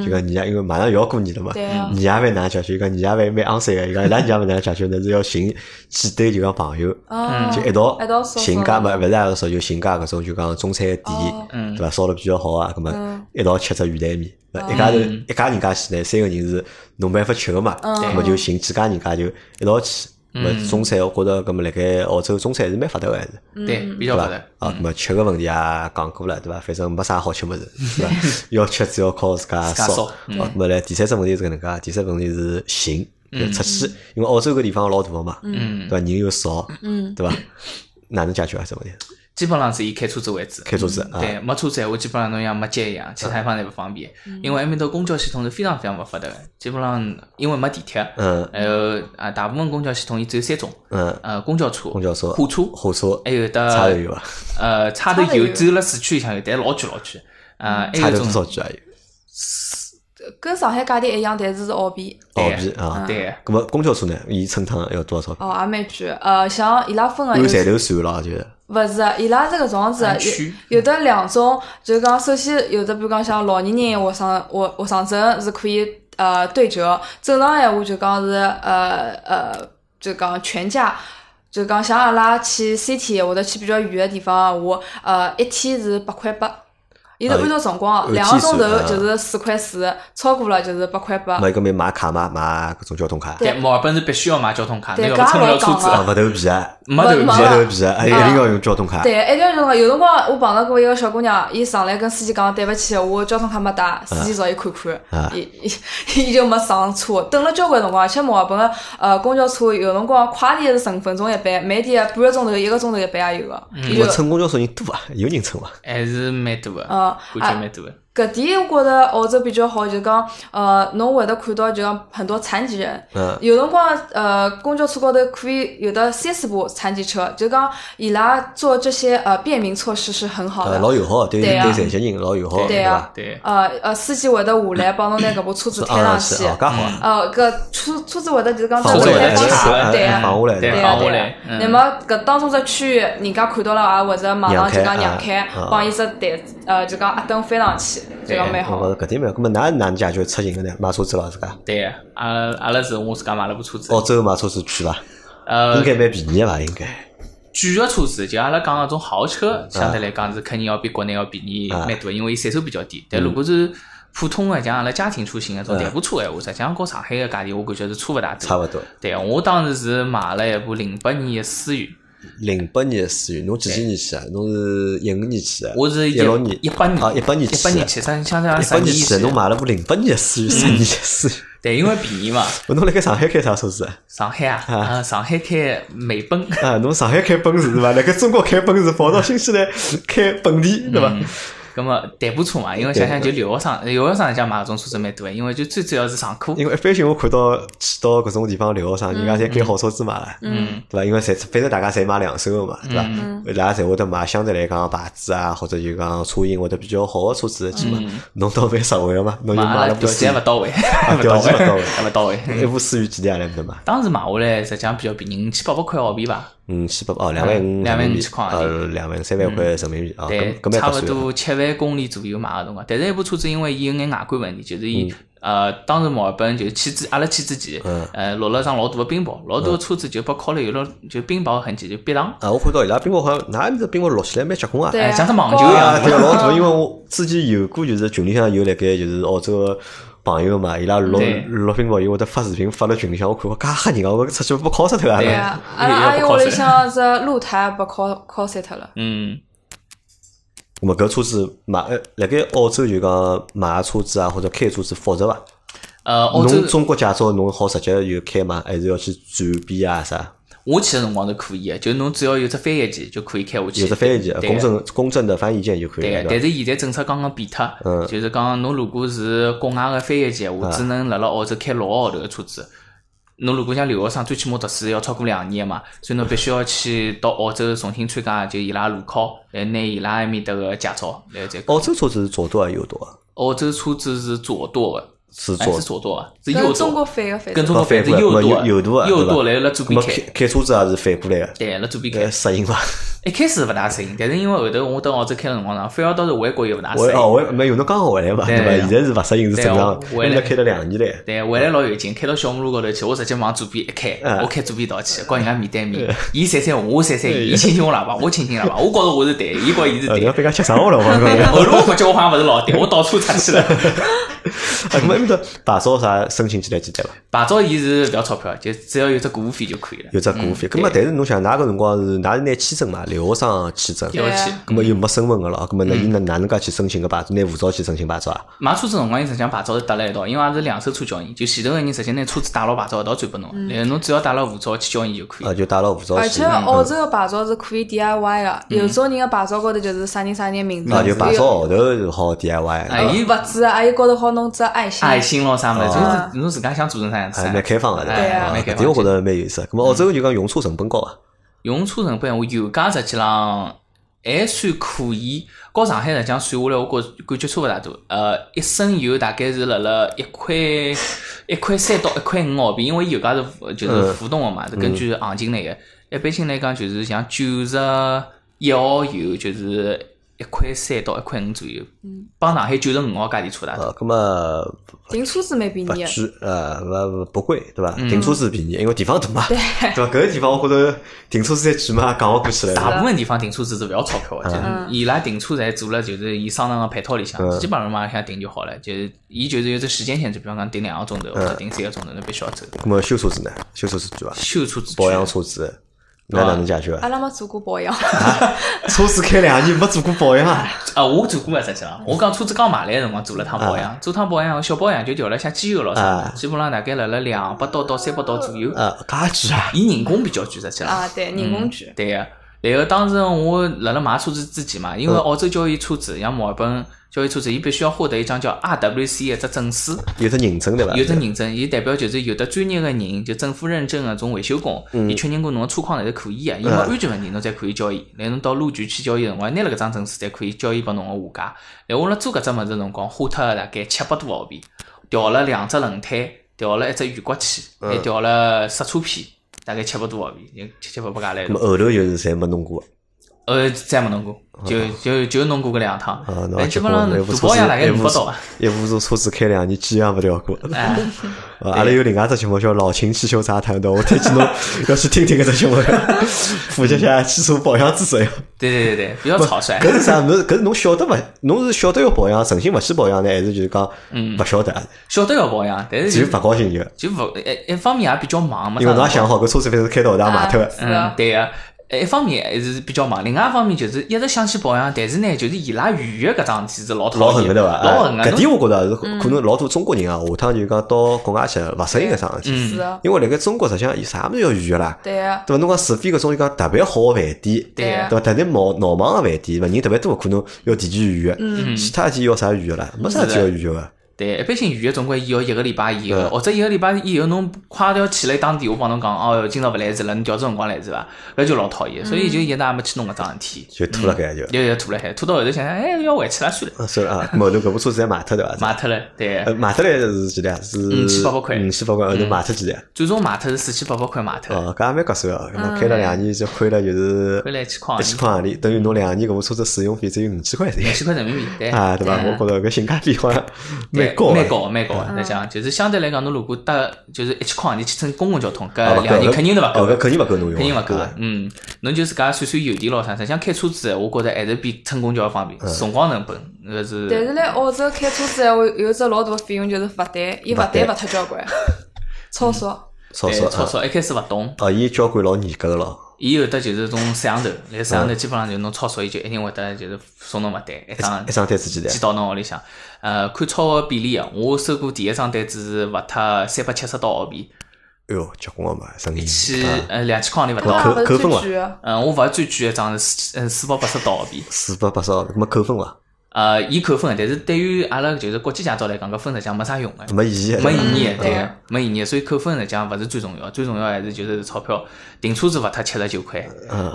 Speaker 1: 就讲年夜，因为马上又要过年了嘛，
Speaker 3: 嗯对啊
Speaker 1: 年夜饭哪能解决？伊讲年夜饭蛮昂塞个，伊讲伊拉年夜饭哪能解决呢？是要寻几对就讲朋友，
Speaker 3: 嗯
Speaker 1: 就一道
Speaker 3: 一道烧
Speaker 1: 寻
Speaker 3: 烧
Speaker 1: 家
Speaker 3: 肉
Speaker 1: 嘛，勿是阿拉说就寻家搿种就讲中餐店
Speaker 3: 哦，
Speaker 2: 嗯
Speaker 1: 对伐？烧了比较好啊，葛么
Speaker 3: 嗯哦
Speaker 1: 一道吃只鱼蛋面，对伐一家头
Speaker 2: 嗯
Speaker 1: 一家人家去呢，三个人是侬办法吃个嘛，
Speaker 3: 嗯
Speaker 1: 葛么就寻几家人家就一道去。咁
Speaker 2: 嗯
Speaker 1: 么中餐，我觉着咁么辣盖澳洲中餐还是蛮发达个，还是
Speaker 3: 嗯
Speaker 2: 对，比较
Speaker 1: 对
Speaker 2: 好
Speaker 1: 伐
Speaker 2: 的。？
Speaker 1: 啊，咁么吃个问题也啊讲过了，对伐？反正没啥好吃物事，对伐？ 要吃只要靠自家
Speaker 2: 嗯自家
Speaker 1: 烧。
Speaker 2: 烧
Speaker 1: 啊，
Speaker 2: 嗯
Speaker 1: 咁么来第三只问题是搿能介，第三只问题是寻，就
Speaker 2: 嗯
Speaker 1: 出去，因为澳洲搿地方老大个嘛，对伐？人又少，
Speaker 3: 嗯，
Speaker 1: 对伐？哪能解决啊？这问题？
Speaker 2: 基本上是以开车子为主。嗯
Speaker 1: 开车子啊，
Speaker 2: 对，没车子闲话，基本上侬像没街一样，去啥地方侪勿方便。
Speaker 3: 嗯
Speaker 2: 因为埃面头公交系统是非常非常勿发达的，基本上因为没地铁，
Speaker 1: 嗯
Speaker 2: 还有啊，大部分公交系统伊只有三种，
Speaker 1: 嗯，
Speaker 2: 呃，公交车、
Speaker 1: 公交车、
Speaker 2: 火车，
Speaker 1: 火车
Speaker 3: 哎
Speaker 2: 还有的
Speaker 1: 差头啊有伐？
Speaker 2: 呃，差头
Speaker 3: 差头
Speaker 2: 有
Speaker 3: 有
Speaker 2: 只有辣市区里向有，但老贵老贵。呃，还
Speaker 3: 哎
Speaker 1: 差头
Speaker 2: 有一
Speaker 1: 多
Speaker 2: 种
Speaker 1: 少句啊？有
Speaker 3: 跟上海价钿一样，但是是澳币。
Speaker 1: 澳
Speaker 2: 对
Speaker 1: 币啊。
Speaker 2: 对，
Speaker 1: 咁么公交车呢？伊乘趟要多少钞票？
Speaker 3: 哦，也哎蛮贵。呃，像伊拉分个
Speaker 1: 按
Speaker 3: 有，
Speaker 1: 站头算啦，就是
Speaker 3: 勿是，伊拉是搿种子
Speaker 2: 按区，
Speaker 3: 有有的两种，就是讲首先有的，比如讲像老年人学生学学生证是可以呃对折，正常闲话就讲是呃呃，就讲全价。就讲像阿拉去 city 或者去比较远的地方闲话，呃，一天是八块八，伊是
Speaker 1: 啊
Speaker 3: 按照辰光
Speaker 1: 按
Speaker 3: 的，两个
Speaker 1: 天
Speaker 3: 钟
Speaker 1: 算
Speaker 3: 头
Speaker 1: 啊
Speaker 3: 就是四块四，超过了就是八块八。
Speaker 1: 买个买买卡嘛，买搿种交通卡，
Speaker 3: 啊对
Speaker 2: 对，墨尔本是必须要买交通卡，
Speaker 3: 对
Speaker 2: 侬要
Speaker 3: 搿
Speaker 2: 不
Speaker 3: 也
Speaker 2: 乘勿
Speaker 3: 老
Speaker 2: 了车
Speaker 3: 讲
Speaker 2: 子
Speaker 3: 啊
Speaker 1: 啊，勿头皮啊，
Speaker 2: 没头
Speaker 1: 勿
Speaker 2: 皮
Speaker 3: 没
Speaker 1: 头
Speaker 3: 啊
Speaker 2: 啊。
Speaker 1: 皮啊，还一定要用交通卡。
Speaker 3: 对，哎一条辰光，有辰光我碰到过一个小姑娘，伊上来跟司机讲对勿起，我交通卡没带，司机找伊看
Speaker 1: 啊
Speaker 3: 看， 伊伊伊就没上车，等了交关辰光，而且墨尔本个呃公交车有辰光快点是十分钟一班，慢点半个钟头、一个钟头一班也有个，伊就
Speaker 1: 我乘公交车人多啊，有人乘伐？
Speaker 2: 还是蛮多的，
Speaker 3: 嗯
Speaker 2: 感觉蛮多的。
Speaker 3: 搿点我觉着澳洲比较好，就是讲，呃，侬会得看到就讲很多残疾人，
Speaker 1: 嗯
Speaker 3: 有辰光呃公交车高头可以有的三四部残疾车，就讲伊拉做这些呃便民措施是很好
Speaker 1: 呃，
Speaker 3: 的。
Speaker 1: 老友好，对
Speaker 3: 对啊
Speaker 1: 对，残疾人老友好，
Speaker 2: 对
Speaker 1: 对
Speaker 3: 啊
Speaker 1: 伐？
Speaker 2: 对，
Speaker 3: 呃呃，司机会得 下来帮侬拿搿部车子
Speaker 1: 是
Speaker 3: 推
Speaker 1: 上
Speaker 3: 上
Speaker 1: 去
Speaker 3: 去。
Speaker 1: 哦，介好啊，
Speaker 3: 呃，搿车车子会得就是讲
Speaker 1: 放
Speaker 2: 下
Speaker 3: 只
Speaker 2: 来
Speaker 3: 开
Speaker 2: 放下
Speaker 3: 放
Speaker 2: 来
Speaker 3: 啊对
Speaker 1: 哎放
Speaker 3: 啊，
Speaker 1: 下来
Speaker 2: 对
Speaker 3: 对
Speaker 1: 对
Speaker 3: 啊
Speaker 1: 伐？
Speaker 2: 放下
Speaker 3: 对
Speaker 2: 来
Speaker 3: 啊。
Speaker 2: 嗯
Speaker 3: 那么搿当中只区域，人家看到了也会者马上就讲
Speaker 1: 让
Speaker 3: 让
Speaker 1: 开
Speaker 3: 开
Speaker 1: 啊啊，
Speaker 3: 帮伊只台呃就讲一蹬翻上去，就讲蛮好
Speaker 1: 我
Speaker 3: 的。
Speaker 1: 觉着搿点蛮好，搿么㑚哪能解决出行个呢？买车子伐？自家
Speaker 2: 对，阿拉阿拉是我自家买了部车子，
Speaker 1: 澳洲买车子贵伐？
Speaker 2: 呃
Speaker 1: 应，该蛮便宜个伐？应该
Speaker 2: 贵个车子，就阿拉讲搿种
Speaker 1: 嗯啊嗯
Speaker 2: 豪车，相对来讲是肯定要比国内要便宜蛮多，因为伊税收比较低。但如果是普通个像阿拉家庭出行个种代步车闲话，实际上和上海个价钿我感觉是差勿大
Speaker 1: 差
Speaker 2: 多。
Speaker 1: 勿多。
Speaker 2: 对，我当时是买了一部零八年个思域，
Speaker 1: 零八年的思域，侬几几年去啊？侬是一五年去啊？
Speaker 2: 我是
Speaker 1: 一
Speaker 2: 一
Speaker 1: 六年、
Speaker 2: 一八年
Speaker 1: 啊，一八年
Speaker 2: 一
Speaker 1: 去
Speaker 2: 八
Speaker 1: 啊，
Speaker 2: 年去，相相当于
Speaker 1: 一八
Speaker 2: 十
Speaker 1: 年
Speaker 2: 年
Speaker 1: 去，侬买了部零八年的思域，十年的思域。
Speaker 2: 对，因为便宜嘛，
Speaker 1: 我侬辣盖上海开啥车子啊？
Speaker 2: 上海啊，啊，上海开美奔。
Speaker 1: 啊，侬上海开奔驰是伐？辣盖中国开奔驰，跑到新西兰开本田，对伐？
Speaker 2: 嗯咁么代步车嘛，因为想想就留学生，留学生像买搿种车子蛮多的，因为就最主要是上课。
Speaker 1: 因为一般性我看到去到搿种地方留学生，人家侪开好车子买了，
Speaker 2: 嗯，
Speaker 1: 对伐？因为侪反正大家侪买两手个嘛，对伐？
Speaker 3: 嗯
Speaker 1: 伊拉侪会得买相对来讲牌子啊，或者就讲车型会得比较好个车子去嘛。侬倒蛮实惠个嘛，侬就
Speaker 2: 嗯买
Speaker 1: 买
Speaker 2: 了
Speaker 1: 了部
Speaker 2: 条
Speaker 1: 思
Speaker 2: 件勿
Speaker 1: 域，
Speaker 2: 到位， 勿
Speaker 1: 条件勿到位
Speaker 2: 还勿到位。
Speaker 1: 一部思域几钿啊？来面搭买？
Speaker 2: 当时买下来实际上比较便宜，五千八百块澳币吧，
Speaker 1: 嗯，七百哦，两万五，
Speaker 2: 两万
Speaker 1: 人民
Speaker 2: 五千
Speaker 1: 币
Speaker 2: 块啊
Speaker 1: 呃，两万三万块人民币啊，
Speaker 2: 对
Speaker 1: 搿搿，蛮
Speaker 2: 差
Speaker 1: 划
Speaker 2: 勿
Speaker 1: 算的。
Speaker 2: 多七万公里左右买个辰光。但是那部车子因为伊有眼外观问题，就是伊呃，当时墨尔本就是去之阿拉去之前
Speaker 1: 嗯，
Speaker 2: 呃，落了一张老大个冰雹，老大个车子就被敲了有了就冰雹痕迹，就瘪浪，
Speaker 1: 啊，我看到伊拉冰雹好像，㑚面搭冰雹落起来蛮结棍啊。
Speaker 3: 对
Speaker 2: 哎
Speaker 3: 啊
Speaker 2: 像只网球一
Speaker 1: 啊，
Speaker 2: 样
Speaker 1: 对啊，老大，因为我之前有过，就是群里向有辣盖就是澳洲个朋友嘛，伊拉落
Speaker 2: 对
Speaker 1: 落冰雹，伊会得发视频发到群里向，我看我介吓人啊，我出去被敲死脱啊！
Speaker 2: 对
Speaker 3: 对
Speaker 1: 那
Speaker 3: 啊，
Speaker 2: 也
Speaker 3: 阿拉
Speaker 2: 也不
Speaker 3: 阿姨
Speaker 2: 靠
Speaker 3: 屋里
Speaker 2: 山
Speaker 3: 向只露台被敲敲散脱了。
Speaker 2: 嗯。
Speaker 1: 那么搿车子买，呃辣盖澳洲就讲买车子啊，或者开车子复杂伐？
Speaker 2: 呃，澳洲
Speaker 1: 侬中国驾照侬好直接就开吗？还是要去转变啊啥？
Speaker 2: 我去个辰光是可以个，就侬只要有只翻译机就可以开下去。
Speaker 1: 有只翻译机，
Speaker 2: 对
Speaker 1: 公正公正的翻译件就可以
Speaker 2: 对
Speaker 1: 了，
Speaker 2: 个，
Speaker 1: 对伐？
Speaker 2: 但是现在政策刚刚变脱，
Speaker 1: 嗯
Speaker 2: 就是讲侬如果是国外个翻译机，我
Speaker 1: 啊
Speaker 2: 只能辣辣澳洲开六个号头个车子。侬如果像留学生，最起码读书要超过两年个嘛，所以侬必须要去到澳洲重新参加就伊拉路考，来拿伊拉埃面搭个驾照，然后再考。
Speaker 1: 澳哦洲车子是左舵还是右舵啊？
Speaker 2: 澳洲车子是左舵个，
Speaker 1: 是
Speaker 2: 哎
Speaker 1: 左
Speaker 2: 是左舵个，是右
Speaker 3: 跟中
Speaker 2: 舵
Speaker 3: 国，反个反
Speaker 2: 跟
Speaker 3: 正，
Speaker 2: 中国反
Speaker 1: 反
Speaker 2: 是
Speaker 1: 过来
Speaker 2: 右
Speaker 1: 嘛
Speaker 2: 舵，
Speaker 1: 右右舵啊
Speaker 2: 右
Speaker 1: 对吧
Speaker 2: 舵来辣左
Speaker 1: 那
Speaker 2: 边
Speaker 1: 么
Speaker 2: 开
Speaker 1: 开，呃开车子也是反过来啊个，
Speaker 2: 对，辣左边开
Speaker 1: 搿。适应 伐？
Speaker 2: 一开始勿大适应，但是因为后头我到澳洲开个辰光长，反而到是回国又勿大适
Speaker 1: 我哦，
Speaker 2: 应。
Speaker 1: 我没有侬刚好回来嘛，
Speaker 2: 对
Speaker 1: 对伐？现在是勿适应是正常的，
Speaker 2: 对我
Speaker 1: 因为开了两年嘞。
Speaker 2: 对，回来老有劲，开到小马路高头去，我直接往左边一开，
Speaker 1: 嗯
Speaker 2: 我开左边道去，跟人家面对面，伊踩踩我，我踩踩伊，伊亲亲我喇叭，我亲亲喇叭，我觉着我是对，伊觉得伊是
Speaker 1: 呃，
Speaker 2: 对
Speaker 1: 侬。被人家吃伤了，我 讲。
Speaker 2: 后头我发觉我好像勿是老对，我到处出去了。
Speaker 1: 啊，咾么埃面搭牌照啥申请起来简单伐？
Speaker 2: 牌照伊是勿要钞票，就只要有只过户费就可以了。
Speaker 1: 有只过户费。咾么，啊但是侬想，㑚搿辰光是㑚是拿签证嘛，留学生签证。
Speaker 2: 要去
Speaker 3: 对啊
Speaker 1: 咾么又没身份个了，咾啊
Speaker 2: 嗯
Speaker 1: 么那伊哪哪能介去申请个牌照？拿护照去申请牌照啊？
Speaker 2: 买车子辰光，伊实际上牌照是搭辣一道，因为也是两手车交易，就前头个人直接拿车子带牢牌照一道转拨侬，
Speaker 3: 嗯
Speaker 2: 然后侬只要带牢护照去交易就可以了
Speaker 1: 啊，。就带牢护照去。
Speaker 3: 而且
Speaker 2: 嗯
Speaker 3: 澳洲个牌照是可以 DIY 个，有种人个牌照高头就是啥人啥人名字，
Speaker 1: 啊，就牌照
Speaker 3: 有
Speaker 1: 号头好 DIY
Speaker 2: 哎
Speaker 1: 个。
Speaker 2: 伊
Speaker 3: 物资，啊还有高头好弄只爱心。
Speaker 2: 爱心咯啥么子，就是侬自家想做成啥样子
Speaker 1: 哦还
Speaker 2: 啊，
Speaker 1: 蛮开放个，
Speaker 2: 哎
Speaker 3: 对
Speaker 1: 伐？
Speaker 3: 啊
Speaker 2: 蛮
Speaker 1: 啊
Speaker 2: 开
Speaker 1: 搿
Speaker 2: 放嗯
Speaker 1: 点我觉
Speaker 2: 的。
Speaker 1: 着蛮有意思。咾么澳洲就讲用车成本高啊，
Speaker 2: 用车成本，我油价实际浪还算可以，和上海实际上算下来，我觉感觉差勿大多。呃，一升油大概是辣辣一块一块三到一块五澳币，因为油价是浮就是
Speaker 1: 嗯
Speaker 2: 浮动个嘛，是根据行情来个。一般性来讲，就是像九十一澳油，就是一块三到一块五左右，帮上海九十五澳价钿差勿大多。
Speaker 1: 啊，搿么
Speaker 3: 停车子蛮便
Speaker 1: 不
Speaker 3: 宜个，
Speaker 1: 贵，呃，勿勿不贵，对伐？
Speaker 2: 嗯
Speaker 1: 停车子便宜，因为地方大嘛，对伐？搿个地方我觉着停车子再贵嘛，讲勿过去了。
Speaker 2: 大部分地方停车子是勿要钞票
Speaker 1: 嗯
Speaker 2: 的，就是伊拉停车侪做了，就是伊商场个配套里向，基本上往里向停就好了。就是伊就是有只时间限制，比方讲停两个钟
Speaker 1: 嗯
Speaker 2: 头或者停三个钟头，侬必须要走。
Speaker 1: 咾么修车子呢？修车子贵伐？
Speaker 2: 修车子
Speaker 1: 保养车子，那哪能解决啊
Speaker 3: 阿？拉没做过保养。
Speaker 1: 车子开两年没做过保养啊？
Speaker 2: 啊，我做过啊，实
Speaker 1: 嗯
Speaker 2: 际上，我讲车子刚买来个辰光做了趟保养，做趟保养小保养就调了一下机油咯啥
Speaker 1: 啊，
Speaker 2: 基本上大概辣辣两百刀到三百刀左右。
Speaker 1: 啊，介贵啊！
Speaker 2: 伊人工比较贵，实际上。
Speaker 3: 啊，对，人工贵。
Speaker 2: 对个。然后当时我辣辣买车子之前嘛，
Speaker 1: 嗯
Speaker 2: 因为澳洲交易车子，像墨尔本交易车子，伊必须要获得一张叫 RWC 的一只证书。
Speaker 1: 有只认证对伐？
Speaker 2: 有只认证，伊代表就是有的专业个人，就政府认证个种维修工，
Speaker 1: 嗯
Speaker 2: 伊确认过侬个车况侪是可以个，啊
Speaker 1: 哎
Speaker 2: 伊没安全问题，侬才可以交易。然后侬到路局去交易的辰光，拿了搿张证书才可以交易拨侬个无价。然后我辣做搿只物事的辰光，花脱了大概七百多澳币，调了两只轮胎，调了一只雨刮器，
Speaker 1: 嗯
Speaker 2: 还调了刹车片，大概七百多澳币，七七八八加来
Speaker 1: 咾。么后头就是侪没弄过，啊
Speaker 2: 呃，再没弄过，就就就弄过搿两趟
Speaker 1: 嗯啊，，
Speaker 2: 但
Speaker 1: 那
Speaker 2: 基
Speaker 1: 结
Speaker 2: 本
Speaker 1: 果
Speaker 2: 上
Speaker 1: 一部车
Speaker 2: 大保
Speaker 1: 子
Speaker 2: 养大概
Speaker 1: 一
Speaker 2: 弄
Speaker 1: 部
Speaker 2: 不
Speaker 1: 车
Speaker 2: 到啊。
Speaker 1: 一部车车子开两年，几样勿调过。
Speaker 2: 哎，
Speaker 1: 啊阿拉有另外一只节目叫《老秦汽修杂谈》的，我推荐 侬要去听听搿只节目，普及一下汽车保养知识哟。
Speaker 2: 对对对对，比较草率。
Speaker 1: 搿是啥物事？搿是侬晓得勿？侬是晓得要保养，诚心勿去保养呢，还是就是讲
Speaker 2: 嗯
Speaker 1: 勿晓得，啊
Speaker 2: 晓得要保养，但是
Speaker 1: 只
Speaker 2: 就是
Speaker 1: 勿高兴就，
Speaker 2: 就勿一一方面也比较忙嘛。
Speaker 1: 因为侬
Speaker 2: 啥
Speaker 1: 也想好搿车子反正是开到学堂买脱个。
Speaker 3: 是
Speaker 2: 嗯
Speaker 3: 啊，，
Speaker 2: 对个、一方面还是比较忙，另外一方面就是一直想去保养，但是呢，就是伊拉预约搿桩事体是老
Speaker 1: 老
Speaker 2: 讨
Speaker 1: 狠
Speaker 2: 厌
Speaker 1: 个对伐？
Speaker 2: 老狠啊嗯
Speaker 1: 哎搿
Speaker 2: 个。侬
Speaker 1: 点我觉得是可能老多中国人啊，下趟就讲到国外去勿适应搿桩事
Speaker 2: 嗯
Speaker 1: 体，
Speaker 3: 是啊，
Speaker 1: 因为辣盖中国实际上伊啥物事要预约啦，
Speaker 3: 对啊，
Speaker 1: 对伐？侬讲除非搿种就讲特别好个饭店，
Speaker 2: 对
Speaker 1: 对伐？特别闹闹忙个饭店，对伐？人特别多，可能要提前预约。嗯其他事体要啥预约啦？没啥事体要预约啊个。
Speaker 2: 对，一般性预约总归要一个礼拜以后，
Speaker 1: 嗯
Speaker 2: 或者一个礼拜以后，侬快要起来打电话帮侬讲，哦哟，今朝勿来事了，侬调整辰光来事伐？搿就老讨
Speaker 3: 嗯
Speaker 2: 厌，所以就一直也没去弄搿桩事体，
Speaker 1: 就拖了该就，
Speaker 2: 又又拖了海，拖到后头想想，哎，要回去了算了，
Speaker 1: 啊算了啊，后头搿部车子侪卖脱对伐？
Speaker 2: 卖脱了，对
Speaker 1: 呃，，卖脱来是几钿啊？是
Speaker 2: 五千八百块嗯
Speaker 1: 五千八百块，后头卖脱几钿啊？
Speaker 2: 最终卖脱是四千八百块卖脱，
Speaker 1: 哦，搿也蛮合算个，侬开了两年就亏了就是
Speaker 2: 回来一千块
Speaker 1: 一，千块洋钿，等于侬两年搿部车子使用费只有五千块
Speaker 2: 一
Speaker 1: 钿
Speaker 2: 千块人民币，对
Speaker 1: 啊，对伐？我觉着搿性价比好像蛮高的，
Speaker 2: 高蛮高蛮高。再讲就是相对来讲，侬如果搭就是一千块，你去乘公共交通，
Speaker 1: 啊，
Speaker 2: 搿
Speaker 1: 勿
Speaker 2: 两
Speaker 1: 够
Speaker 2: 年肯定是勿
Speaker 1: 哦
Speaker 2: 够
Speaker 1: 搿，肯定勿够侬用，啊
Speaker 2: 肯定勿够
Speaker 1: 对
Speaker 2: 的
Speaker 1: 伐。
Speaker 2: 嗯，侬就自家算算油钿咯啥，实际上开车子，我觉着还是比乘公交方便，辰光成本搿
Speaker 3: 但
Speaker 2: 是
Speaker 3: 是来澳洲开车子闲话，有一只老大的费用就是罚单，伊罚单
Speaker 1: 罚单
Speaker 3: 罚脱交 关，超速。
Speaker 1: 超
Speaker 2: 对
Speaker 1: 少
Speaker 2: 超
Speaker 1: 啊，
Speaker 2: 速，一开始勿懂，
Speaker 1: 哦，伊交关老严格个咯，
Speaker 2: 伊有得就是种摄像头，来摄像头基本上就侬超速，伊就一定会得就是送侬罚单，一张
Speaker 1: 一张单子几
Speaker 2: 寄
Speaker 1: 钿？
Speaker 2: 到侬屋里向。呃，看超额比例啊，我收过第一张单子是罚脱三百七十到澳币，
Speaker 1: 哎哟，结棍个嘛，生意
Speaker 2: 去
Speaker 1: 啊，
Speaker 2: 呃两千块钿勿
Speaker 3: 那
Speaker 2: 到。
Speaker 1: 扣
Speaker 3: 勿
Speaker 1: 扣分
Speaker 3: 是最
Speaker 1: 伐
Speaker 3: 贵的，
Speaker 2: 嗯，我勿是最贵的一张是四嗯四百八十到澳币，
Speaker 1: 四百八十号，搿么扣分伐？
Speaker 2: 呃，伊扣分的，但是对于阿拉就是国际驾照来讲，搿分实际上没啥用的，
Speaker 1: 没意义，啊
Speaker 2: 没意义的，
Speaker 3: 嗯
Speaker 2: 对
Speaker 3: 对
Speaker 2: 的，没意义的，所以扣分实际上勿是最重要，最重要还是就是钞票，停车子罚脱七十九块，
Speaker 1: 嗯，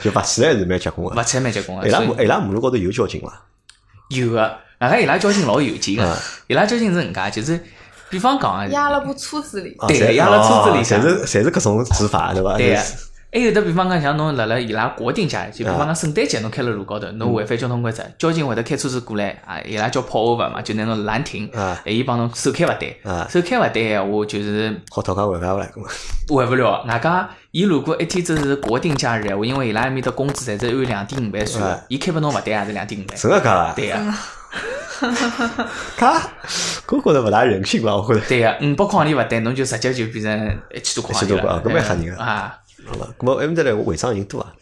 Speaker 1: 就罚起来是蛮结棍
Speaker 2: 罚
Speaker 1: 个。
Speaker 2: 钱蛮结棍
Speaker 1: 伊
Speaker 2: 的，
Speaker 1: 拉
Speaker 2: 所以
Speaker 1: 马伊拉马路高头有交警伐？
Speaker 2: 有的，外加伊拉交警老有劲
Speaker 1: 嗯
Speaker 2: 个，伊拉交警是搿能介，就是比方讲啊，
Speaker 3: 压了部车子里。
Speaker 1: 啊
Speaker 2: 对
Speaker 1: 侪
Speaker 2: 伊拉车子里向
Speaker 1: 哦侪是侪是搿种执法对伐？
Speaker 2: 对
Speaker 1: 就
Speaker 2: 个
Speaker 1: 是。啊
Speaker 2: 还有的，比方讲，像侬辣辣伊拉国定假日，就比方讲圣诞节，侬开了路高头，侬违反交通规则，交警会得开车子过来啊，伊拉叫 pull over 嘛，就拿侬拦停，哎
Speaker 1: 啊
Speaker 2: 伊帮侬手开罚
Speaker 1: 啊
Speaker 2: 单，手开罚单闲话就是
Speaker 1: 好讨价还价勿来个嘛？
Speaker 2: 违不了。外加伊如果一天只是国定假日闲话，因为伊拉埃面的工资侪是按两点五万算
Speaker 1: 啊
Speaker 2: 的，伊开拨侬罚单也是两点五万。
Speaker 1: 真个假伐？
Speaker 2: 对个，
Speaker 1: 假，搿觉着勿大人性伐？我觉着。
Speaker 2: 对个，五百块钿罚单，侬就直接就变成一千多块
Speaker 1: 一千
Speaker 2: 钿
Speaker 1: 多块啊
Speaker 2: 了，
Speaker 1: 搿蛮吓人个
Speaker 2: 啊！
Speaker 1: 好了，搿么埃面搭来违章人多伐？啊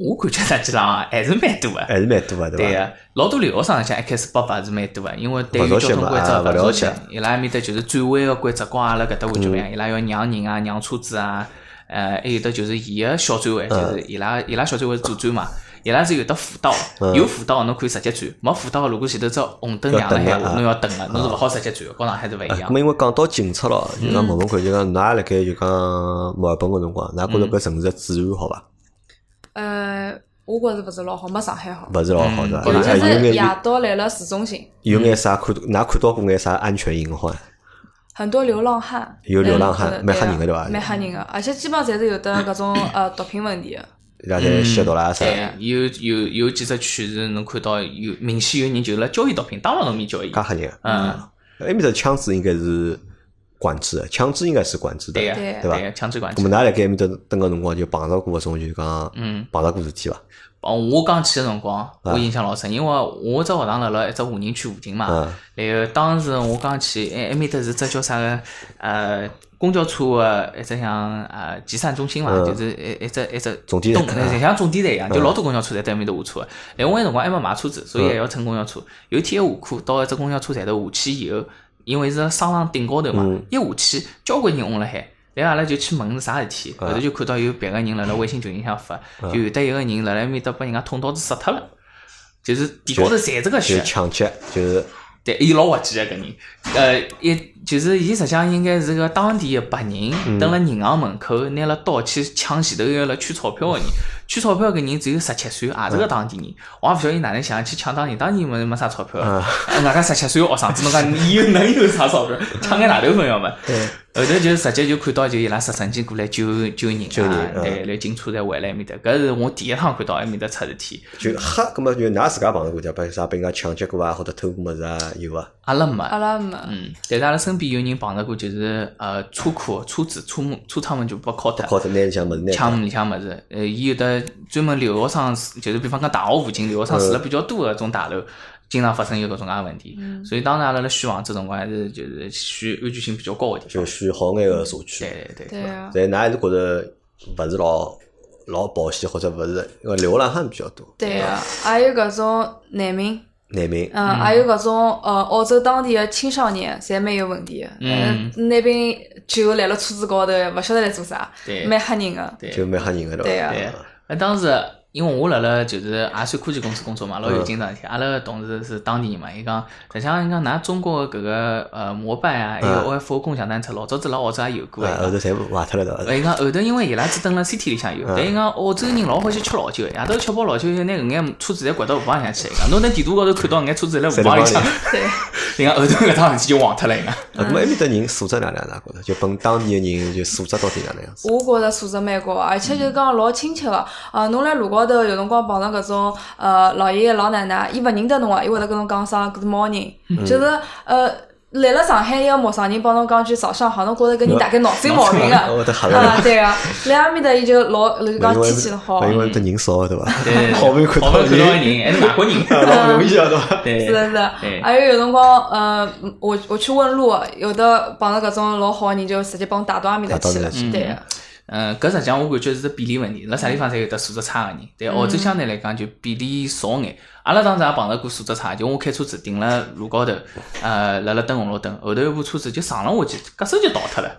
Speaker 2: 我感觉实际上啊还是蛮多个。
Speaker 1: 还是蛮多啊个
Speaker 2: 对
Speaker 1: 伐？
Speaker 2: 个，老多留学生像一开始北伐是蛮多个，啊因为对于
Speaker 1: 勿熟
Speaker 2: 交
Speaker 1: 悉
Speaker 2: 通
Speaker 1: 嘛
Speaker 2: 规
Speaker 1: 啊
Speaker 2: 则
Speaker 1: 勿了
Speaker 2: 了
Speaker 1: 解嗯
Speaker 2: 解，伊拉埃面搭就是转弯个规则跟阿拉搿搭完全勿一样，伊拉要让人啊，让车子啊，呃，还有得就是伊个小转
Speaker 1: 嗯
Speaker 2: 弯，就是伊拉伊拉小转弯是左转嘛，伊拉是有得辅导，有辅导侬可以直接转，没辅导如果前头只红灯
Speaker 1: 嗯要
Speaker 2: 亮了
Speaker 1: 等
Speaker 2: 闲
Speaker 1: 的啊
Speaker 2: 话，侬要等个，侬是勿好直接转的，跟上海是勿一
Speaker 1: 哎，
Speaker 2: 样嗯
Speaker 1: 咁。么因为讲到警察咯，就讲问问看，就讲㑚辣盖就讲墨尔本个辰光，㑚觉着搿城市的治安好伐？
Speaker 3: 呃，我觉着勿是老好，没上海好。
Speaker 1: 勿是老好
Speaker 2: 嗯
Speaker 1: 是伐？
Speaker 3: 尤其
Speaker 1: 啊哎有
Speaker 3: 是
Speaker 1: 眼
Speaker 3: 夜到来了市中心，
Speaker 1: 有有眼啥看，㑚看到过眼啥安全隐患？
Speaker 3: 很多流浪汉。
Speaker 1: 有流浪汉呃
Speaker 3: 嗯
Speaker 1: 蛮吓人的对吧
Speaker 3: 蛮吓人个，而且基本上侪是有得搿种呃毒品问题的。
Speaker 1: 伊拉侪吸毒啦啥？
Speaker 2: 嗯对，啊哎有有有几只区是侬看到有明显有人就是辣交易毒品，当然侬面交易
Speaker 1: 介，吓人啊！
Speaker 2: 嗯。
Speaker 1: 埃面头枪支应该是管制的，枪支应该是管制的。
Speaker 2: 对啊呀、
Speaker 3: 对
Speaker 1: 对吧
Speaker 2: 呀，强制管
Speaker 1: 咁
Speaker 2: 制
Speaker 1: 么。㑚辣盖埃面头蹲个辰光就碰到过搿种，就是讲，
Speaker 2: 嗯，
Speaker 1: 碰到过事体伐？
Speaker 2: 哦，我刚去个辰光，我印象老深，因为我只学堂辣辣一只华人区附近嘛
Speaker 1: 嗯。
Speaker 2: 然后当时我刚去，哎埃埃面搭是只叫啥个呃公交车个一只像呃集散中心嘛，
Speaker 1: 嗯
Speaker 2: 就是一一只一只
Speaker 1: 总地站
Speaker 2: 东
Speaker 1: 嗯
Speaker 2: 哎
Speaker 1: 嗯
Speaker 2: 像总地站一样，就老多公交车侪在埃面搭下车的。然后我那辰光还没买车子，所以还要乘公交车。有一天一下课到一只公交车站头下去以后，因为是商场顶高头嘛，
Speaker 1: 嗯
Speaker 2: 一下去交关人嗡辣海。然后阿拉就去问是啥事体，
Speaker 1: 嗯
Speaker 2: 后头就看到有别个人辣辣微信群里向发，就有得一个人辣辣埃面搭把人家捅刀子杀脱了，就是地高头侪是个
Speaker 1: 就是
Speaker 2: 血，
Speaker 1: 抢劫，就是
Speaker 2: 对，伊老滑稽个搿人，呃，一就是伊实际上应该是个
Speaker 1: 嗯
Speaker 2: 当地个白人，蹲辣银行门口拿了刀去抢前头一个辣取钞票个人，圈钞票搿人只有十七岁，也是个当地人。我也勿晓得伊哪能想去抢当地，当地没没啥钞票。哎
Speaker 1: 嗯
Speaker 2: 外加十七岁个学生子，侬讲伊又能有啥钞票？抢眼大头粉要么？后头就直接就看到就伊拉直升机过来救救人
Speaker 1: 救人
Speaker 2: 啊，
Speaker 1: 嗯
Speaker 2: 对，来警车才回来埃面搭。搿是我第一趟看到埃面搭出事体。
Speaker 1: 就黑，咁么就㑚自家碰着过，对吧？啥被人家抢劫过啊，或者偷过物事啊，有伐？
Speaker 2: 阿拉没，
Speaker 3: 阿拉没，
Speaker 2: 嗯，但是阿拉身边有人碰着过，就是呃车库、车子、车门、车窗门就被敲脱。
Speaker 1: 靠着拿里向物事拿
Speaker 2: 抢
Speaker 1: 走，
Speaker 2: 门里向物事，呃，伊有的专门留学生住，就是比方讲大学附近留学生
Speaker 1: 嗯
Speaker 2: 住了比较多的搿种大楼，经常发生有搿种介问题。所以当时阿拉辣选房子辰光还是就是选安全性比较高的地
Speaker 1: 就
Speaker 2: 方。
Speaker 1: 选好眼个社区。
Speaker 2: 对对
Speaker 3: 对
Speaker 2: 对，
Speaker 3: 啊，
Speaker 1: 但㑚还是觉着勿是老老保险，或者勿是，因为流浪汉比较多，
Speaker 3: 对啊，还有搿种难民，
Speaker 1: 难民。
Speaker 3: 嗯，还有搿种呃澳洲当地的青少年，侪蛮有问题的。呃
Speaker 2: 嗯，
Speaker 3: 那边酒辣辣车子高头，勿晓得来做啥，
Speaker 2: 对
Speaker 3: 蛮吓人的。
Speaker 2: 对
Speaker 1: 就蛮吓人个
Speaker 3: 对啊
Speaker 2: 对，那当时因为我辣辣就是也算科技公司工作嘛，老有经常体。
Speaker 1: 嗯
Speaker 2: 阿拉个同事是当地人嘛，伊讲，实际上伊讲，㑚中国个搿个呃摩拜啊，还有 OFO 共享单车，老早子辣澳洲也有过
Speaker 1: 嗯啊，
Speaker 2: 的。
Speaker 1: 后头侪坏脱了对嗯伐？
Speaker 2: 呃，伊讲后头因为伊拉只蹲辣 CT 里向有，但伊讲澳洲人老欢喜吃老酒的，夜到吃饱老酒以后，拿搿眼车子侪掼到河浜里向去。伊讲侬在地图高头看到搿眼车子 辣河浜里向，
Speaker 3: 对，
Speaker 2: 伊讲后头搿趟事体就忘脱了。伊讲，
Speaker 1: 啊，咁么埃面搭人素质哪能啊？㑚觉着就本当地个人就素质到底哪能样子？
Speaker 3: 我觉着素质蛮高的，而且就是讲老亲切个。啊，侬辣路高头有辰光碰着搿种呃老爷爷老奶奶，伊勿认得侬啊，伊会得跟侬讲声 Good morning，就是呃。来了上海，一个陌生人帮侬讲句早上好，侬觉着搿人大概脑子有毛病
Speaker 1: 我
Speaker 3: 了
Speaker 1: 会得吓到
Speaker 3: 啊？对啊，来阿面搭伊就老就讲
Speaker 1: 因为
Speaker 3: 天气好，
Speaker 1: 因为埃面搭人少对伐？
Speaker 2: 对，
Speaker 1: 好不容易看
Speaker 2: 看
Speaker 1: 到
Speaker 2: 到
Speaker 1: 个
Speaker 2: 个
Speaker 1: 人，
Speaker 2: 人，还是外国人，
Speaker 1: 老
Speaker 3: 嗯
Speaker 1: 容易啊对伐？
Speaker 2: 对
Speaker 3: 是的，是的
Speaker 2: 对，
Speaker 3: 还有有辰光，呃，我我去问路，有的碰到搿种老好的人，就直接帮我带到阿面搭
Speaker 1: 带
Speaker 3: 去
Speaker 1: 到
Speaker 3: 了
Speaker 1: 那去。
Speaker 3: 对
Speaker 2: 嗯
Speaker 3: 啊，
Speaker 2: 嗯，搿实际上我感觉是只比例问题，辣啥地方侪有得素质差个人，但澳洲
Speaker 1: 嗯
Speaker 2: 相对来讲就比例少眼。阿拉当时也碰着过素质差，就我开车子停辣路高头，呃，辣辣等红绿灯，后头一部车子就上了我去，夹手就倒脱了，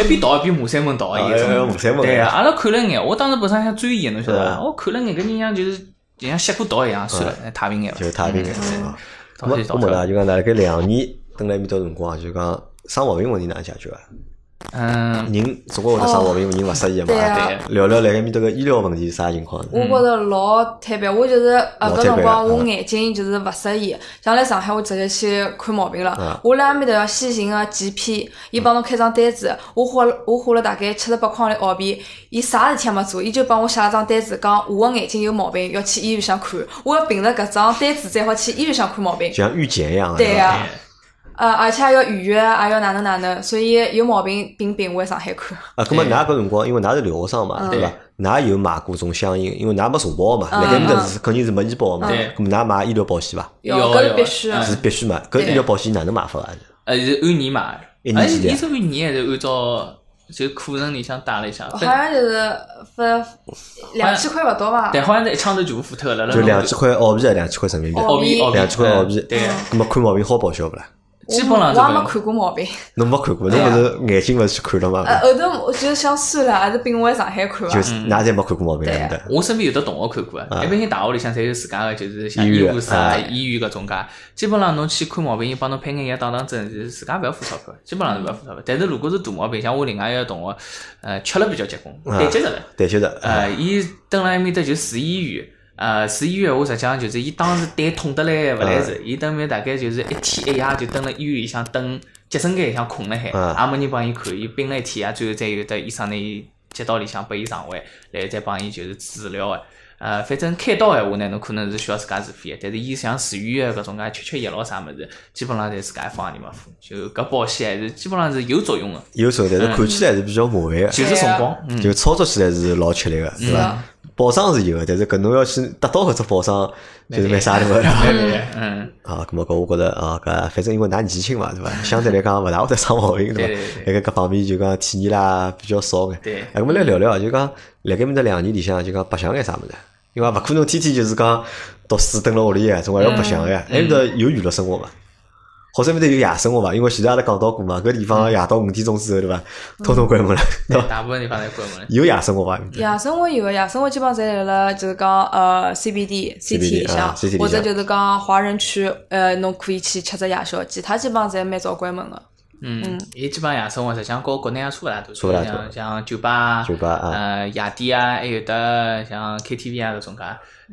Speaker 2: 一边倒一边骂三门倒个一
Speaker 1: 哎哎
Speaker 2: 种。
Speaker 1: 五三问
Speaker 2: 对
Speaker 1: 个
Speaker 2: 啊，阿拉看了眼，我当时本身想追伊，侬晓得伐？
Speaker 1: 嗯
Speaker 2: 我看了眼，搿人像就是就像吸过毒一样，算了，哎太平眼伐
Speaker 1: 就太平眼
Speaker 2: 嗯
Speaker 1: 对伐？
Speaker 2: 倒
Speaker 1: 咁么
Speaker 2: 脱就
Speaker 1: 我
Speaker 2: 倒
Speaker 1: 问
Speaker 2: 脱了
Speaker 1: 㑚，就讲辣盖两年蹲辣埃面搭辰光，就讲生毛病问题哪能解决啊？
Speaker 2: 嗯，
Speaker 1: 人总归会得生毛病，人勿适宜嘛
Speaker 3: 哦对。啊
Speaker 2: 对。
Speaker 1: 聊聊辣盖面搭个医疗问题是啥情况呢？
Speaker 3: 我觉着老特别，我就是呃
Speaker 1: 老
Speaker 3: 搿
Speaker 1: 特别
Speaker 3: 辰光我
Speaker 1: 嗯
Speaker 3: 眼睛就是勿适意，像来上海我直接去看毛病
Speaker 1: 嗯
Speaker 3: 了。我辣埃面搭要先寻个 GP，伊帮侬开张单子，我花了我花了大概七十八块钿澳币，伊啥事体也没做，伊就帮我写了张单子，讲我个眼睛有毛病，要去医院想看。我要凭着搿张单子才好去医院想看毛病
Speaker 1: 就。像预检一样的，
Speaker 3: 对
Speaker 1: 伐？
Speaker 3: 啊
Speaker 2: 哎
Speaker 3: 呃，而且还要预约，还要哪能哪能，所以有毛病并并回上海看。
Speaker 1: 啊，咁么
Speaker 2: 对
Speaker 1: 㑚搿辰光，因为㑚是留学生嘛，对伐？㑚有买过种相应，因为㑚没社保嘛，
Speaker 3: 嗯
Speaker 1: 辣盖面搭
Speaker 3: 嗯
Speaker 1: 是肯定是没医保嘛。
Speaker 2: 对
Speaker 1: 咁么㑚买医疗保险伐？
Speaker 2: 有
Speaker 3: 搿是
Speaker 2: 有
Speaker 3: 必须的
Speaker 2: 嗯
Speaker 1: 是必须买。搿
Speaker 3: 对
Speaker 1: 医疗保险哪能买法啊？
Speaker 2: 呃，是按年买，
Speaker 1: 一
Speaker 2: 哎，
Speaker 1: 年几钿啊
Speaker 2: 伊是按年还是按照就课程里向打了一下？
Speaker 3: 好
Speaker 2: 反
Speaker 3: 像就是分两千块勿到吧？
Speaker 2: 但好像是一枪头全部付脱
Speaker 3: 嗯
Speaker 2: 了，辣
Speaker 1: 就
Speaker 2: 辣
Speaker 1: 两
Speaker 2: 侬
Speaker 1: 千块澳币啊，两千块人民币，
Speaker 3: 澳
Speaker 2: 澳币，
Speaker 3: 币
Speaker 2: 澳币，
Speaker 1: 两千块澳币。
Speaker 2: 嗯对，
Speaker 1: 咁么看毛病好报销勿啦？
Speaker 2: 基本上
Speaker 3: 我
Speaker 2: 是
Speaker 3: 我也
Speaker 2: 搿
Speaker 3: 没
Speaker 2: 样。
Speaker 3: 看过毛病。
Speaker 1: 侬没看过，侬
Speaker 3: 对
Speaker 1: 勿
Speaker 3: 啊
Speaker 1: 是眼睛勿是去看了
Speaker 3: 呃，
Speaker 1: 嘛？
Speaker 3: 后头我就想算了，还是并回上海看吧
Speaker 1: 就。是㑚侪没看过毛病啊
Speaker 3: 对啊
Speaker 1: 面搭。
Speaker 2: 我身边有的同学看过啊，一般性大学里向侪有自家个，就是像
Speaker 1: 医
Speaker 2: 医
Speaker 1: 院
Speaker 2: 护室啊、
Speaker 1: 啊
Speaker 2: 医院搿种介。基本上侬去看毛病，伊帮侬配眼药、打打针，就是自家勿要付钞票，基本上是勿要付钞票。但是如果是大毛病，像我另外一个同学，呃，吃了比较结棍，
Speaker 1: 啊
Speaker 2: 胆结石了。
Speaker 1: 对，就是啊，
Speaker 2: 呃，伊蹲辣埃面搭就住医院，呃，住医院话实际上就是伊当时胆痛得来勿来事，伊等面大概就是一天一夜就蹲辣医院里向等急诊间里向困了海，
Speaker 1: 嗯
Speaker 2: 也没人帮伊看，伊病了一天夜，啊最后再有得医生拿伊接到里向拨伊上位，然后再帮伊就是治疗个。呃，反正开刀闲话呢，侬可能是需要自家自费个，但是伊像住院个搿种介啊吃吃药咯啥物事，基本上侪自家放个地方付，就搿保险还是基本上是有作用个，
Speaker 1: 有时候
Speaker 3: 嗯
Speaker 1: 但是看起来是比较麻烦
Speaker 2: 就是辰光，嗯
Speaker 1: 个，就操作起来是老吃力个，对
Speaker 3: 是
Speaker 1: 伐
Speaker 3: 啊？
Speaker 1: 保障是有个，但是搿侬要去得到搿只保障，就是蛮啥的嘛。
Speaker 2: 对对对，嗯。
Speaker 1: 啊，咁么搿我觉着啊，搿反正因为㑚年轻嘛，对 伐？相对来讲勿大会得生毛病，对
Speaker 2: 对对
Speaker 1: 伐？
Speaker 2: 对
Speaker 1: 辣盖搿方面就讲体验啦比较少眼。
Speaker 2: 对
Speaker 1: 啊，咁么来聊聊，就讲辣盖面搭两年里向，啊就讲白相眼啥物事？因为勿可能天天就是讲读书蹲辣屋里啊，总归要白相
Speaker 2: 嗯
Speaker 1: 呀。埃面搭有娱乐生活伐？或者埃面搭有夜生活伐？因为前头阿拉讲到过嘛，搿地
Speaker 2: 嗯
Speaker 1: 方夜到五点钟之后，对伐？通通关门了，对伐？
Speaker 2: 大部分地方侪关门了。
Speaker 1: 有夜生活伐？埃面搭
Speaker 3: 夜生活有个，夜生活基本上侪辣辣就是讲呃 CBD、CT 里
Speaker 1: 啊
Speaker 3: 向
Speaker 1: CT 里，
Speaker 3: 或者
Speaker 1: 向
Speaker 3: 就是讲华人区，呃，侬可以去吃只夜宵，其他基本上侪蛮早关门个。
Speaker 2: 嗯，伊基本上夜生活实际上跟国内也啊差勿大多，
Speaker 1: 差勿大多
Speaker 2: 像像酒吧、
Speaker 1: 酒吧啊
Speaker 2: 呃夜店啊，还有的像 KTV 啊搿种介，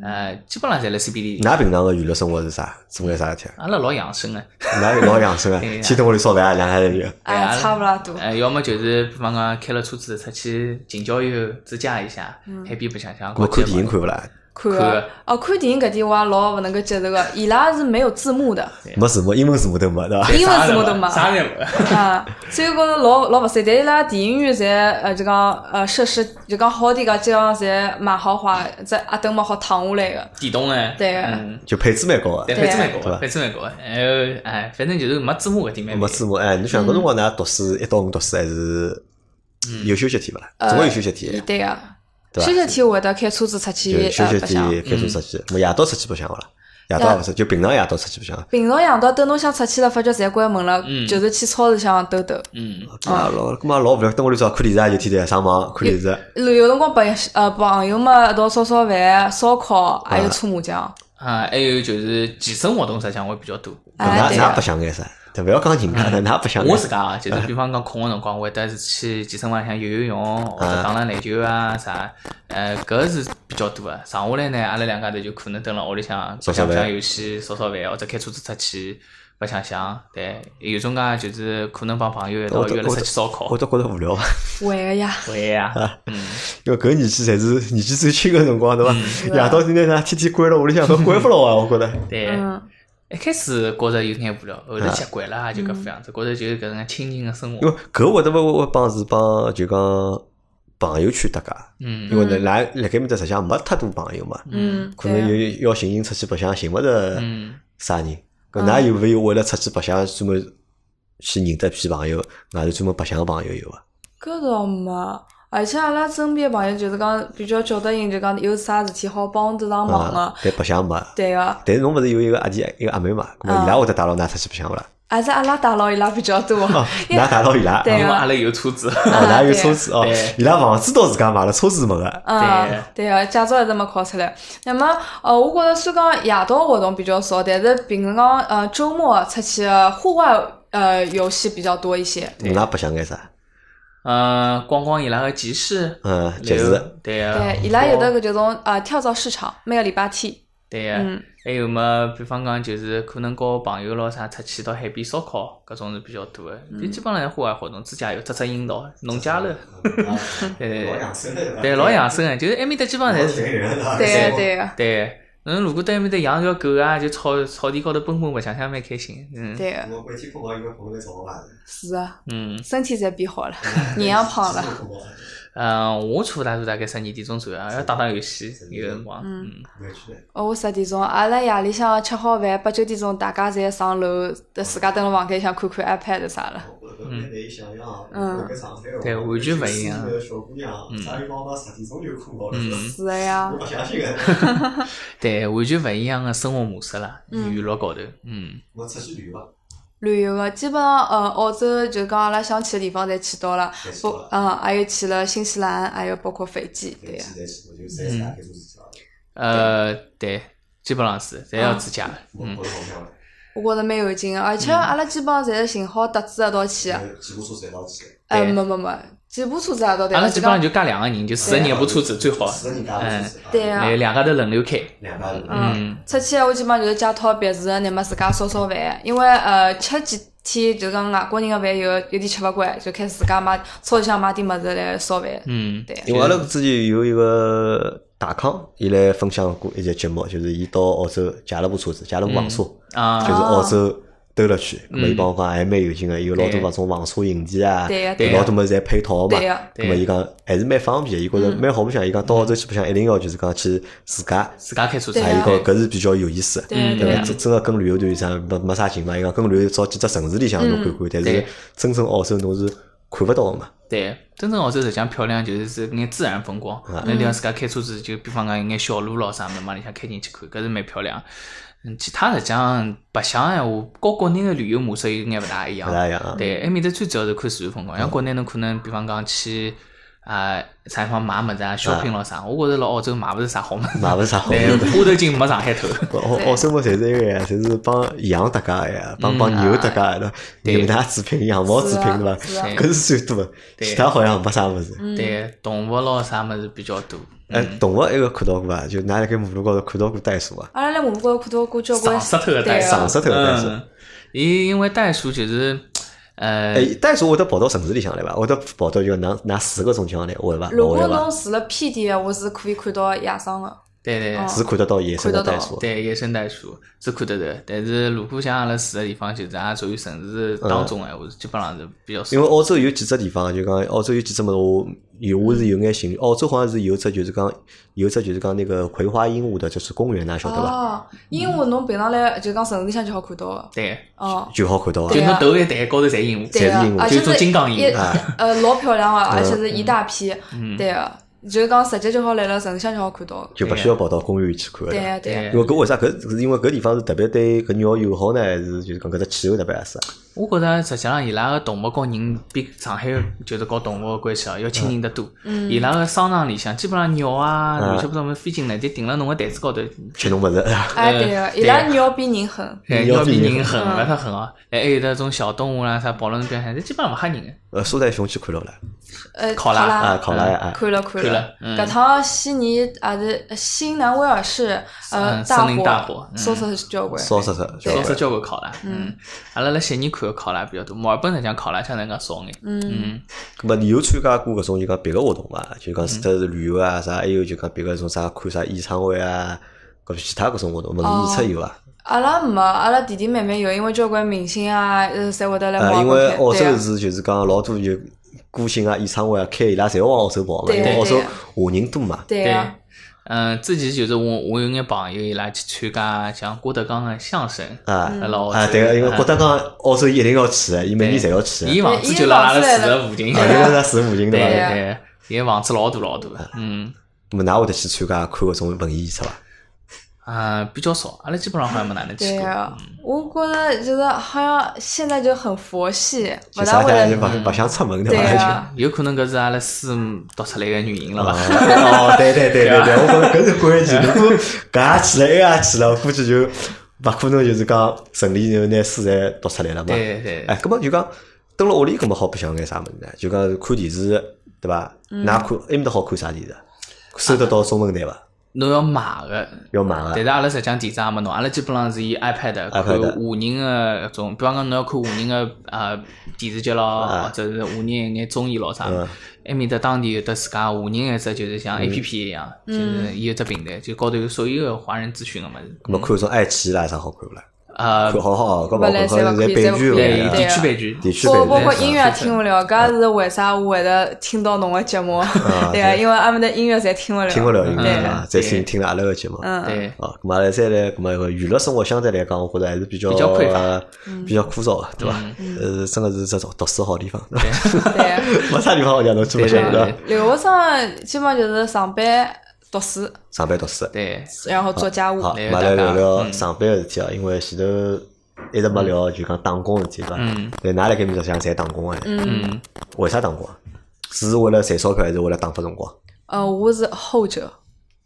Speaker 1: 嗯
Speaker 2: 呃，基本上侪辣 CBD 里。
Speaker 1: 㑚平常个娱乐生活是啥？做眼啥事体？啊
Speaker 2: 阿拉老养生个，
Speaker 1: 㑚老养生啊，
Speaker 2: 对呀
Speaker 1: 去蹲屋里烧饭啊，两个人
Speaker 2: 对啊
Speaker 3: 哎，差勿大多。
Speaker 2: 呃，要么就是比方讲开了车子出去近郊游自驾一下，海边白相相。
Speaker 1: 嗯我
Speaker 2: 搞
Speaker 1: 看
Speaker 2: 几
Speaker 1: 电影
Speaker 2: 个
Speaker 1: 看勿啦？
Speaker 3: 看
Speaker 2: 看
Speaker 3: 个哦，看电影搿点我也老勿能够接受个，伊拉是没有字幕的
Speaker 1: 没字幕，英文字幕都没，对伐？
Speaker 3: 英文字幕都没
Speaker 2: 啥侪没。
Speaker 3: 啊，所以讲老老勿适。但伊拉电影院侪呃就讲呃设施就讲好点个，就讲侪蛮豪华，只阿凳啊嘛好躺下来个。
Speaker 2: 电动哎，
Speaker 3: 对啊
Speaker 2: 嗯，
Speaker 1: 就配置蛮高啊
Speaker 2: 对，
Speaker 1: 个，
Speaker 2: 配置蛮高
Speaker 1: 对
Speaker 2: 的，
Speaker 1: 吧
Speaker 2: 配置蛮高的。还有哎，反正就是没字幕搿点蛮
Speaker 1: 没
Speaker 2: 烦。
Speaker 1: 字幕。哎，你想搿辰光㑚读书一到五读书还是有休息天勿啦？总归有休息
Speaker 3: 伊
Speaker 1: 天，
Speaker 3: 对啊个，
Speaker 1: 对伐
Speaker 3: 休息天会得开车子出
Speaker 1: 就
Speaker 3: 去
Speaker 1: 休
Speaker 3: 呃
Speaker 1: 息
Speaker 3: 白相。
Speaker 1: 天开车出去，我夜到出去白相勿啦？夜到也勿是，就平常夜到出去白相。
Speaker 3: 平常夜到等侬想出去了，发觉侪关门了
Speaker 2: 嗯，
Speaker 3: 就是去超市里向兜兜。
Speaker 2: 嗯，
Speaker 1: 啊，老，搿么老勿要蹲屋里只好看电视啊，就天天上网看电视。
Speaker 3: 有辰光朋呃朋友们一道烧烧饭、烧烤，还有搓麻将。
Speaker 2: 啊，还有就是健身活动实际上会比较多。
Speaker 3: 哎，
Speaker 1: 㑚
Speaker 3: 对
Speaker 1: 㑚
Speaker 3: 个
Speaker 1: 白，相眼啥？对，勿要讲人家的，㑚白相
Speaker 2: 我
Speaker 1: 眼
Speaker 2: 自家啊，
Speaker 1: 嗯
Speaker 2: 就是比方讲空个辰光，会得是去健身房里向游游泳，或者打打篮球啊啥，呃，搿是比较多个。剩下来呢，阿拉两家头就可能蹲辣屋里向
Speaker 1: 烧烧
Speaker 2: 白相
Speaker 1: 饭
Speaker 2: 白相游戏、烧烧饭，或者开车子出去白相相。对，有种介就是可能帮朋友一
Speaker 1: 我
Speaker 2: 道
Speaker 1: 都
Speaker 2: 约了
Speaker 1: 我
Speaker 2: 出
Speaker 1: 都
Speaker 2: 去烧烤
Speaker 1: 我。都觉着无聊啊，
Speaker 3: 会个呀。
Speaker 2: 会 呀，嗯，
Speaker 1: 因为搿年纪才是年纪最轻个辰光，对伐？夜到现在呢，天天关了屋里向，搿关勿牢啊，我觉着。
Speaker 2: 对。
Speaker 3: 嗯，
Speaker 2: 一开始觉着有眼无聊，
Speaker 1: 嗯
Speaker 2: 后头习惯了啊，就搿副样子，觉着就是搿能介清静个生
Speaker 1: 因
Speaker 2: 活。
Speaker 1: 为搿会得勿会会帮是帮就讲朋友圈搭界，
Speaker 2: 嗯
Speaker 1: 因为辣辣辣盖面搭实际上没太多朋友嘛，
Speaker 3: 嗯，
Speaker 1: 可
Speaker 3: 对
Speaker 1: 能
Speaker 3: 个
Speaker 1: 有要寻人出去白相，寻勿着
Speaker 2: 嗯，
Speaker 1: 啥人。搿㑚有勿有为了出去白相专门去认得一批朋友，外头专门白相个朋友有啊伐？
Speaker 3: 搿倒没，而且阿拉身边朋友就是讲比较叫得应，就讲有啥事体好帮得上忙
Speaker 1: 啊
Speaker 3: 个，，
Speaker 1: 但白相没。
Speaker 3: 对啊个。
Speaker 1: 但是侬勿是有一个阿弟一个阿妹嘛？咾么伊拉会得带牢㑚出去白相勿啦？
Speaker 3: 还是阿拉打扰伊拉比较多，因为
Speaker 1: 㑚带 牢伊拉，
Speaker 3: 哦
Speaker 2: 因
Speaker 3: 对
Speaker 1: 啊
Speaker 2: 为
Speaker 3: 啊
Speaker 2: 阿拉有车子，
Speaker 1: 哦
Speaker 3: 啊
Speaker 1: 㑚啊有
Speaker 3: 对
Speaker 1: 车子哦
Speaker 2: 对，
Speaker 1: 伊拉房子倒自家买了，车子没个。
Speaker 3: 嗯，对个，驾照一直没考出来。那么，呃，我觉着虽讲夜到活动比较少，但是平常呃周末出去的户外呃游戏比较多一些。
Speaker 1: 侬拉白相眼啥？
Speaker 2: 嗯，逛逛伊拉个集市，
Speaker 1: 嗯，集
Speaker 2: 然
Speaker 1: 市
Speaker 2: 后对啊，
Speaker 3: 对，伊拉有的
Speaker 2: 个，
Speaker 3: 搿就种呃跳蚤市场，每个礼拜天。
Speaker 2: 对啊
Speaker 3: 嗯，
Speaker 2: 还有么，比方讲就是可能和朋友咯啥出去到海边烧烤，搿种是比较多
Speaker 3: 嗯
Speaker 2: 的。就基本上户外活动，自驾游、摘摘樱桃、农家乐，对对对，
Speaker 1: 生的
Speaker 2: 对老养生的，就是埃面搭基本上侪是。
Speaker 1: 人
Speaker 3: 对个，对个，
Speaker 2: 对，侬如果对面搭养条狗啊，就草草地高头蹦蹦白相相，蛮开心。嗯
Speaker 3: 对个，
Speaker 1: 我每天碰到一个朋友在找我
Speaker 3: 是啊，
Speaker 2: 嗯
Speaker 3: 身体侪变好了，人也胖了。
Speaker 2: 嗯，我差勿大多大概十二点钟左右，啊要打打游戏，有辰光。嗯，
Speaker 3: 哦，我十点钟，阿拉夜里向吃好饭，八九点钟大家侪上楼，得自家蹲辣房间里向看看 iPad 啥了。
Speaker 1: 嗯，
Speaker 3: 嗯
Speaker 2: 对完全不一样。
Speaker 1: 小姑娘，啥地方到十点钟就困觉了
Speaker 2: 嗯
Speaker 3: 是的呀
Speaker 1: 我，不相信啊的。
Speaker 2: 对，完全勿一样的生活模式啦，娱乐高头。嗯，
Speaker 1: 我出去旅游，
Speaker 3: 旅游个基本上，呃，澳洲就讲阿拉想去的地方侪去到了，
Speaker 1: 侪去
Speaker 3: 不
Speaker 1: 到了，
Speaker 3: 嗯，还有去了新西兰，还有包括斐济，对
Speaker 1: 飞
Speaker 3: 呀
Speaker 1: 机，再去，我就再去哪个做事情。
Speaker 2: 呃，对，基本上是侪要自驾的。
Speaker 1: 我
Speaker 2: 嗯
Speaker 1: 觉，着好漂亮，
Speaker 3: 我觉着蛮有劲个，而且阿拉基本上侪是寻好搭子一道去个，
Speaker 1: 有几部车侪到去，
Speaker 3: 呃，
Speaker 2: 对
Speaker 3: 没没没，几部车子也到对
Speaker 2: 阿拉
Speaker 3: 了，
Speaker 2: 基
Speaker 3: 就
Speaker 2: 本上
Speaker 3: 讲
Speaker 2: 就加两个人，就四个人一部车子最好。
Speaker 1: 四个人加
Speaker 2: 嗯
Speaker 1: 部车子，
Speaker 3: 对
Speaker 1: 啊
Speaker 3: 呀
Speaker 2: 哎，两家头轮流开。
Speaker 1: 两家人，
Speaker 3: 嗯，出去我基本上就是借套别墅，乃末自家烧烧饭，因为呃吃几天就讲外国人个饭有有点吃勿惯，就开始自家买超市里向买点物事来烧饭。
Speaker 2: 嗯，
Speaker 3: 对
Speaker 1: 因为阿拉之前有一个大康，伊来分享过一节节目，就是伊到澳洲借了部车子，借了部房车，
Speaker 2: 啊
Speaker 1: 就，是澳洲兜了去。
Speaker 3: 嗯
Speaker 1: 咁么伊帮我讲还蛮有劲个，有老多
Speaker 2: 对
Speaker 1: 搿种房车影集啊，
Speaker 3: 对呀
Speaker 1: 有
Speaker 3: 对
Speaker 2: 呀
Speaker 1: 老多物事侪配套嘛。
Speaker 3: 对呀嗯
Speaker 1: 咁么伊讲还是蛮方便个，伊觉着蛮好白相。伊讲到澳洲去白相，一定要就是讲去自驾，
Speaker 2: 自家开车子。
Speaker 3: 对
Speaker 1: 还
Speaker 3: 啊
Speaker 1: 有讲搿是比较有意思。
Speaker 3: 对呀
Speaker 2: 嗯
Speaker 3: 对
Speaker 1: 对伐？
Speaker 3: 呀，
Speaker 1: 真真个跟旅游团啥没没啥劲嘛，伊讲跟旅游找几只城市里向
Speaker 3: 嗯
Speaker 1: 侬看看，但是
Speaker 2: 对
Speaker 1: 真正澳洲侬是看勿到个嘛。
Speaker 2: 对，真正澳洲实际上漂亮就是是眼自然风光，那地方自家开车子就比方讲有眼小路咯啥么往里向开进去看，搿是蛮漂亮。嗯，其他实际上白相闲话，和国内个旅游模式有眼勿大一样哎
Speaker 1: 勿。大一样啊。嗯
Speaker 2: 对，埃面搭最主要是看自然风光，像国内侬可能比方讲去啊啥地方买物事啊，shopping 咯啥，我觉着辣澳洲买勿是啥好物事，
Speaker 1: 嗯买勿是啥好物事
Speaker 2: 对花头金没上海头。
Speaker 1: 澳澳洲么，侪是一个呀，侪是帮羊搭界个呀，帮帮
Speaker 3: 嗯
Speaker 1: 牛搭界的，
Speaker 2: 对
Speaker 1: 牛奶制品、羊毛制品对伐？
Speaker 3: 啊是啊嗯
Speaker 2: 是啊
Speaker 1: 搿是最多的，
Speaker 2: 对
Speaker 1: 其他好像没啥物事。
Speaker 2: 对，动物咯啥物事比较多。
Speaker 1: 哎，动物埃个看到过伐？就㑚辣盖马路高头看到过袋鼠啊伐？
Speaker 3: 阿拉辣马路高头看到过交
Speaker 2: 长
Speaker 3: 关
Speaker 2: 舌头的袋
Speaker 3: 对
Speaker 2: 鼠，
Speaker 3: 啊
Speaker 1: 长舌头的袋鼠
Speaker 2: 嗯。伊因为袋鼠就是，
Speaker 3: 嗯
Speaker 2: 呃，
Speaker 1: 哎，袋鼠会得跑到城市里向来伐？会得跑到就拿拿水搿种地方来，会伐？
Speaker 3: 如
Speaker 1: 勿
Speaker 3: 果
Speaker 1: 会伐
Speaker 3: 侬？住了偏点的，我是可以看到野生的。
Speaker 2: 对对对
Speaker 3: 哦
Speaker 1: 是看得到野生的
Speaker 3: 看得
Speaker 1: 袋
Speaker 3: 到
Speaker 1: 鼠。
Speaker 2: 对，野生袋鼠是看得到，但是如果像阿拉住的地方，就是也属于城市当中的闲话，基本上是比较
Speaker 1: 嗯
Speaker 2: 少
Speaker 1: 因。为澳洲有几只地方，就讲澳洲有几只么子，我有我是有眼兴趣。澳洲好像是有只就是讲有只就是讲那个葵花鹦鹉的，就是公园，㑚晓得伐？
Speaker 3: 哦，鹦鹉侬平常来就讲城市里向就好看到的。
Speaker 2: 对，
Speaker 3: 哦，
Speaker 1: 就好看到啊
Speaker 2: 就
Speaker 3: 对。
Speaker 2: 侬头一抬高头侪鹦鹉，
Speaker 3: 对啊
Speaker 1: 侪是鹦鹉
Speaker 3: 个，而
Speaker 2: 就
Speaker 3: 且
Speaker 2: 是做
Speaker 3: 是
Speaker 2: 金刚鹦
Speaker 3: 一
Speaker 2: 鹉
Speaker 3: 呃老漂亮啊，而且是一大批。
Speaker 2: 嗯
Speaker 3: 对个，就是讲直接就好来了城里向就好看到的。
Speaker 1: 就勿需要跑到公园去看
Speaker 3: 对
Speaker 1: 的。
Speaker 3: 啊个对
Speaker 1: 因为搿为啥搿是因为搿地方是特别对搿鸟友好呢，还是就是讲搿只气候特别合适？
Speaker 2: 我觉着实际上伊拉个动物和人比上海就是和动物个关系哦要亲近得多。伊拉个商场里向基本上鸟啊、
Speaker 1: 嗯
Speaker 2: 乱七八糟么飞进来，侪顶辣侬个台子高头，
Speaker 1: 吃侬物事，
Speaker 3: 个，哎对
Speaker 2: 呃
Speaker 3: 个，伊拉鸟比人狠。
Speaker 2: 哎
Speaker 1: 鸟
Speaker 2: 要比
Speaker 1: 比
Speaker 2: 人
Speaker 1: 人
Speaker 2: 狠，
Speaker 3: 嗯
Speaker 2: 勿太狠哦。哎，还有得种小动物啦啊啥跑了侬边上，侪基本上勿吓人个。
Speaker 1: 呃，苏袋熊去看到了
Speaker 3: 呃，
Speaker 2: 考拉
Speaker 3: 考
Speaker 1: 啊，
Speaker 3: 拉
Speaker 1: 考拉啊，
Speaker 3: 看了看
Speaker 2: 看了
Speaker 3: 了，
Speaker 2: 嗯
Speaker 3: 搿趟悉尼也是新南威尔士呃
Speaker 2: 嗯森林
Speaker 3: 火
Speaker 2: 大火嗯
Speaker 3: 烧死交关。
Speaker 1: 烧死它，
Speaker 2: 少吃交关烤啦，嗯，阿拉辣悉尼看个烤啦比较多，墨尔本实际上烤啦相对讲少眼，嗯，
Speaker 1: 咁么你有参加过搿种就讲别个活动伐？就
Speaker 3: 嗯
Speaker 1: 讲除脱是旅游啊啥，还有就讲别个种啥看啥演唱会啊，搿其他搿种活动，文艺演出有啊伐？
Speaker 3: 阿拉没，阿拉弟弟妹妹有，因为交关明星啊，呃，侪会得来
Speaker 1: 呃，
Speaker 3: 澳
Speaker 1: 因为澳
Speaker 3: 洲
Speaker 1: 洲是就是讲老多就歌星啊、演唱会啊开，伊拉侪要往澳洲跑嘛，
Speaker 3: 对
Speaker 1: 因
Speaker 3: 呀
Speaker 1: 为澳洲
Speaker 3: 对呀
Speaker 1: 华人多嘛。
Speaker 3: 对
Speaker 2: 对
Speaker 3: 啊，，
Speaker 2: 嗯，之前就是我我有眼朋友伊拉去参加像郭德纲个相声，
Speaker 1: 啊
Speaker 2: 辣老
Speaker 1: 啊，对个，因为郭德纲澳洲一定要去的，伊每年侪要去的。
Speaker 2: 伊房子就辣阿拉市个附近，
Speaker 1: 啊，
Speaker 2: 对
Speaker 1: 因为在住附近对伐？
Speaker 2: 对，啊伊房子老大老大，嗯，
Speaker 1: 咁么，㑚会得去参加看搿种文艺演出伐？
Speaker 2: 啊，比较少，阿拉基本上好像没哪能去
Speaker 3: 对
Speaker 2: 过，
Speaker 3: 啊，我觉得就是好像现在就很佛系，
Speaker 1: 就
Speaker 3: 不大
Speaker 1: 啥
Speaker 3: 会
Speaker 1: 家就
Speaker 3: 得。
Speaker 1: 勿勿想出门
Speaker 3: 对
Speaker 1: 伐？
Speaker 3: 啊
Speaker 1: 就
Speaker 2: 有可能搿是阿拉师母读出来个原因了伐？
Speaker 1: 哦，对对对对对，我觉着搿是关键。如果搿也去了，埃也去了，我估计就勿可能就是讲顺利就拿书侪读出来了嘛。
Speaker 2: 对对
Speaker 1: 哎，搿么就讲蹲辣屋里，搿么好白相眼啥物事呢？就讲看电视对伐？㑚看埃面搭好看啥电视？收得到中文台伐？
Speaker 2: 侬要买个。
Speaker 1: 要买
Speaker 2: 但
Speaker 1: 个
Speaker 2: 是阿拉实际上电视也没弄，阿拉基本上是以 iPad 看华
Speaker 1: iPad
Speaker 2: 人的搿种，比方讲侬要看华人的呃电视剧咯，或者是华人一眼综艺咯啥
Speaker 1: 啊嗯，
Speaker 2: 埃面搭当地有得自家华人一只就是像 APP 一样，就是伊有只平台，就高头有所有的华人资讯个物事。
Speaker 1: 搿么看种爱奇艺啦啥好看勿啦？
Speaker 2: 呃
Speaker 1: 看，好好，搿勿好看，好
Speaker 3: 勿来
Speaker 1: 像
Speaker 3: 塞勿可
Speaker 1: 侪
Speaker 3: 以
Speaker 1: 版权
Speaker 3: 侪勿可
Speaker 1: 问
Speaker 3: 以
Speaker 1: 题
Speaker 2: 对，
Speaker 1: 啊
Speaker 2: 地区
Speaker 3: 对啊
Speaker 2: 版权，
Speaker 1: 地区版
Speaker 3: 包
Speaker 1: 权
Speaker 3: 包括
Speaker 1: 是吧嗯
Speaker 3: 音乐也听勿了，搿也是为啥我会得听到侬个节目，对啊，因为阿面的音乐侪听勿了。
Speaker 1: 听勿了音乐
Speaker 3: 对
Speaker 1: 啊，再
Speaker 2: 对
Speaker 1: 听听了阿拉个节目。
Speaker 3: 嗯
Speaker 2: 对
Speaker 1: 哦，咁阿拉再来，咁么娱乐生活相对来讲，我觉着还是比较
Speaker 2: 比较匮乏嗯
Speaker 1: 呃比较枯燥的，对伐？呃，真个是只读书好地方， 对伐？
Speaker 3: 对。
Speaker 1: 没啥地方好讲侬去白相，
Speaker 2: 对
Speaker 1: 对伐
Speaker 2: 对？
Speaker 3: 留学生基本上就是上班、读书，
Speaker 1: 上班读书。
Speaker 2: 对，
Speaker 3: 然后做家务。
Speaker 1: 好，
Speaker 2: 来
Speaker 1: 咁阿拉
Speaker 2: 大家
Speaker 1: 聊聊上班个事体啊，因为前头一直没聊，就讲打工个事体，对伐？对，㑚辣搿面搭像侪打工个，啊
Speaker 2: 嗯，
Speaker 1: 为啥打工啊？是为了赚钞票，还是为了打发辰光？
Speaker 3: 呃，我是后者。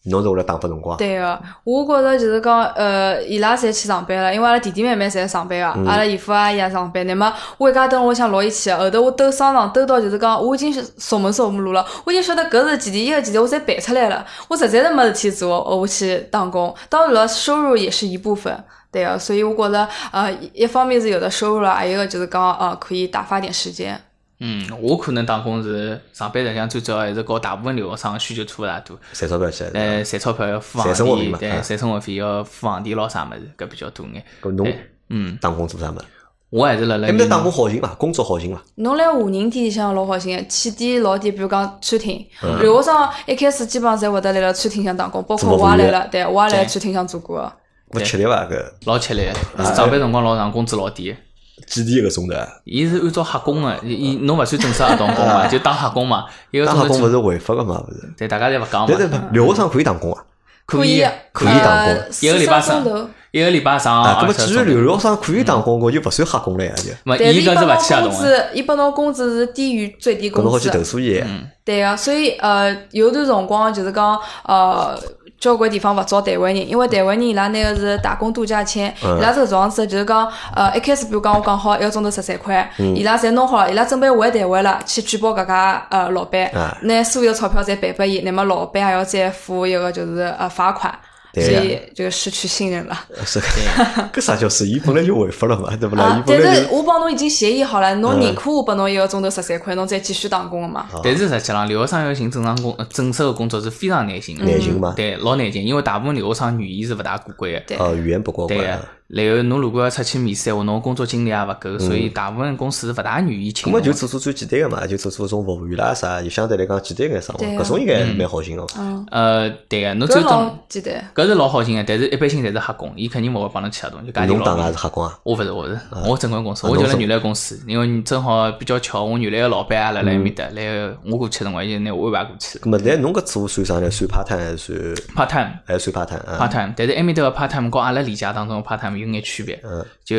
Speaker 1: 侬是为了打发辰光？
Speaker 3: 对个、我觉着就是讲，呃，伊拉侪去上班了，因为阿拉弟弟妹妹侪上班
Speaker 1: 嗯
Speaker 3: 啊，阿拉姨夫啊也上班，乃末我一家蹲屋里向老一气的，后头我兜商场兜到就是讲，我已经是熟门熟路了，我已经晓得搿是几点，一个几点我侪背出来了，我实在是没事体做，我去打工，当然了，收入也是一部分。对个、所以我觉着，呃，一一方面是有的收入了，还有一个就是讲，呃，可以打发点时间。
Speaker 2: 嗯，我可能打工是上班，实际上最主要还是和大部分留学生的需求差勿大多。
Speaker 1: 赚钞票去了。对伐
Speaker 2: 呃，赚钞票要付
Speaker 1: 赚生活
Speaker 2: 房
Speaker 1: 费
Speaker 2: 钿，
Speaker 1: 嘛
Speaker 2: 对
Speaker 1: 啊，
Speaker 2: 赚生活费要付房钿咯啥物事，搿比较多眼。
Speaker 1: 咁侬
Speaker 2: 对嗯，
Speaker 1: 打工做啥物事？
Speaker 2: 我还是辣辣
Speaker 1: 埃面搭打工好寻伐？工作好寻伐？
Speaker 3: 侬来华人店里向老好寻个，起点老点，比如讲餐厅，
Speaker 1: 嗯
Speaker 3: 留学生一开始基本上侪会得来了餐厅向打工，包
Speaker 1: 做服
Speaker 3: 括
Speaker 1: 务
Speaker 3: 我也来
Speaker 1: 员
Speaker 3: 了，对，我也来
Speaker 2: 对
Speaker 3: 餐厅向做过个。
Speaker 1: 勿吃力伐？搿
Speaker 2: 老吃力的，上班辰光老长，工资老低的。
Speaker 1: 几钿一个钟头啊？
Speaker 2: 伊是按照黑工个，伊伊侬勿算正式合同工嘛，就当黑工嘛。一个
Speaker 1: 打
Speaker 2: 钟
Speaker 1: 黑
Speaker 2: 头
Speaker 1: 工勿
Speaker 2: 做，
Speaker 1: 是违法个嘛？勿是？
Speaker 2: 对大家侪勿讲
Speaker 1: 但
Speaker 2: 嘛，
Speaker 1: 是留学生可以打工啊，
Speaker 2: 可以
Speaker 1: 可以打工
Speaker 3: 呃
Speaker 2: 一个礼拜
Speaker 3: 四十
Speaker 2: 上
Speaker 3: 分钟头
Speaker 2: 一一个礼拜上
Speaker 1: 啊，搿
Speaker 2: 二
Speaker 1: 么
Speaker 2: 十
Speaker 1: 既
Speaker 2: 个
Speaker 1: 然
Speaker 2: 钟头。
Speaker 1: 留学生可以打工，我就勿算黑工了呀，就
Speaker 2: 没，
Speaker 3: 但是
Speaker 2: 伊
Speaker 3: 伊
Speaker 2: 搿
Speaker 3: 拨
Speaker 2: 是勿
Speaker 3: 侬
Speaker 2: 签合
Speaker 3: 工
Speaker 2: 同的。
Speaker 3: 资，伊拨侬工资是低于最低
Speaker 1: 搿侬
Speaker 3: 工
Speaker 1: 好去
Speaker 3: 资
Speaker 1: 投。诉伊。
Speaker 3: 对个、所以呃，有段辰光就是讲呃，交关地方勿招台湾人，因为台湾人伊拉拿个是打工度假签，
Speaker 1: 嗯
Speaker 3: 伊拉这个状子就是讲呃，一开始比如讲我讲好一个钟头十三块，
Speaker 1: 嗯
Speaker 3: 伊拉侪弄好了，伊拉准备回台湾了，去举报搿家呃老板
Speaker 1: 啊，
Speaker 3: 拿所有钞票侪赔拨伊，那么老板还要再付一个就是呃罚款，所
Speaker 1: 对
Speaker 3: 以就失去信任了。
Speaker 1: 是 搿搿啥叫是？伊本来就违法了嘛，对勿啦？
Speaker 3: 啊
Speaker 1: 伊，
Speaker 3: 但
Speaker 1: 本来
Speaker 3: 是
Speaker 1: 就
Speaker 3: 我帮侬已经协议好了，侬
Speaker 1: 嗯
Speaker 3: 认可我拨侬一个钟头十三块，侬再继续打工个
Speaker 1: 啊
Speaker 3: 嘛。
Speaker 2: 但是实际上，留学生要寻正常工、呃正式的工作是非常难寻的，
Speaker 1: 难嗯寻嘛
Speaker 2: 对，老难寻，因为大部分留学生语言是勿大过关的。
Speaker 3: 嗯对
Speaker 1: 哦，语言不过
Speaker 2: 对
Speaker 1: 关
Speaker 2: 个。，然后侬如果要出去面试，话侬工作经历也勿够，所以大部分公司是勿大愿意
Speaker 1: 咁
Speaker 2: 请
Speaker 1: 么
Speaker 2: 侬的。
Speaker 1: 嗯就做做最简单个嘛，就做做种服务员啦啥，就相对来讲简单眼生活，
Speaker 3: 对啊
Speaker 1: 搿种应该蛮好寻个嘛。
Speaker 2: 呃，对个，侬
Speaker 3: 搿
Speaker 2: 只有
Speaker 3: 老
Speaker 2: 种
Speaker 3: 简单。
Speaker 2: 搿是老好寻个，但是一般性侪是黑工，伊肯定勿会帮侬签合同，就家里
Speaker 1: 侬
Speaker 2: 老
Speaker 1: 当
Speaker 2: 板
Speaker 1: 也是黑工啊？
Speaker 2: 我勿是，我勿是，我正规公司，
Speaker 1: 啊
Speaker 2: 我就
Speaker 1: 侬
Speaker 2: 辣
Speaker 1: 是
Speaker 2: 原来公司，因为正好比较巧，我原来个老板也辣辣
Speaker 1: 嗯
Speaker 2: 埃面搭，然后我过去的辰光，伊就拿我安排过去了
Speaker 1: 咁么，但侬搿做算啥呢？算 part time 还是算
Speaker 2: ，part time。
Speaker 1: 还是算 part time 啊
Speaker 2: part？time，但是埃面搭个 part time 和阿拉理解当中个 part time 有眼区别。就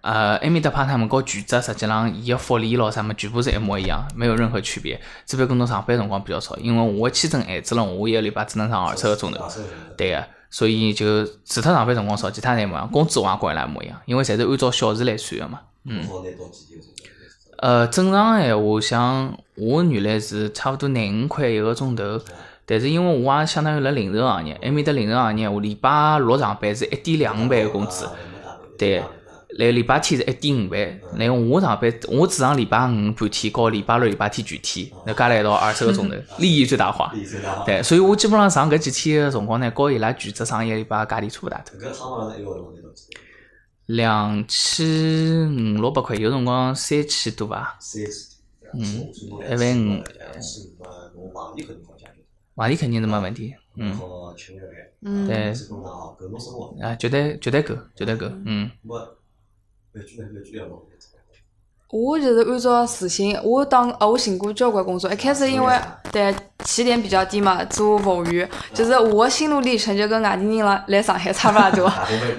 Speaker 2: 呃埃面搭 part time 和全职实际上伊个福利咯啥么全部是一模一样，没有任何区别，只不过侬上班辰光比较少，因为我个签证限制了我一个礼拜只能上二十个钟头，对个、所以就除脱上班辰光少，其他侪一模一样，工资我也跟伊拉一模一样，因为侪是按照小时来算个嘛。嗯。呃，正常闲话，像我原来是差不多廿五块一个钟头，但是因为我也相当于辣零售行业，埃面搭零售行业，我礼拜六上班是一点两五倍个工资，对，然后礼拜天是一点五倍，然后我上班，我只上礼拜五半天，和礼拜六、礼拜天全天，那加辣一道二十个钟头，利益最大化。对，所以我基本上上搿几天个辰光呢，和伊拉全职上一个礼拜价钿差勿大头，两千五六百块，有辰光三千多伐。嗯，一万五，外地肯定是没问题，嗯，
Speaker 3: 嗯，
Speaker 2: 对，啊，绝对绝对够，绝对够，嗯，
Speaker 3: 我就是按照时薪，我当呃我寻过交关工作，一开始因为对起点比较低嘛，做服务员，就是我的心路历程就跟外地人来来上海差勿大多。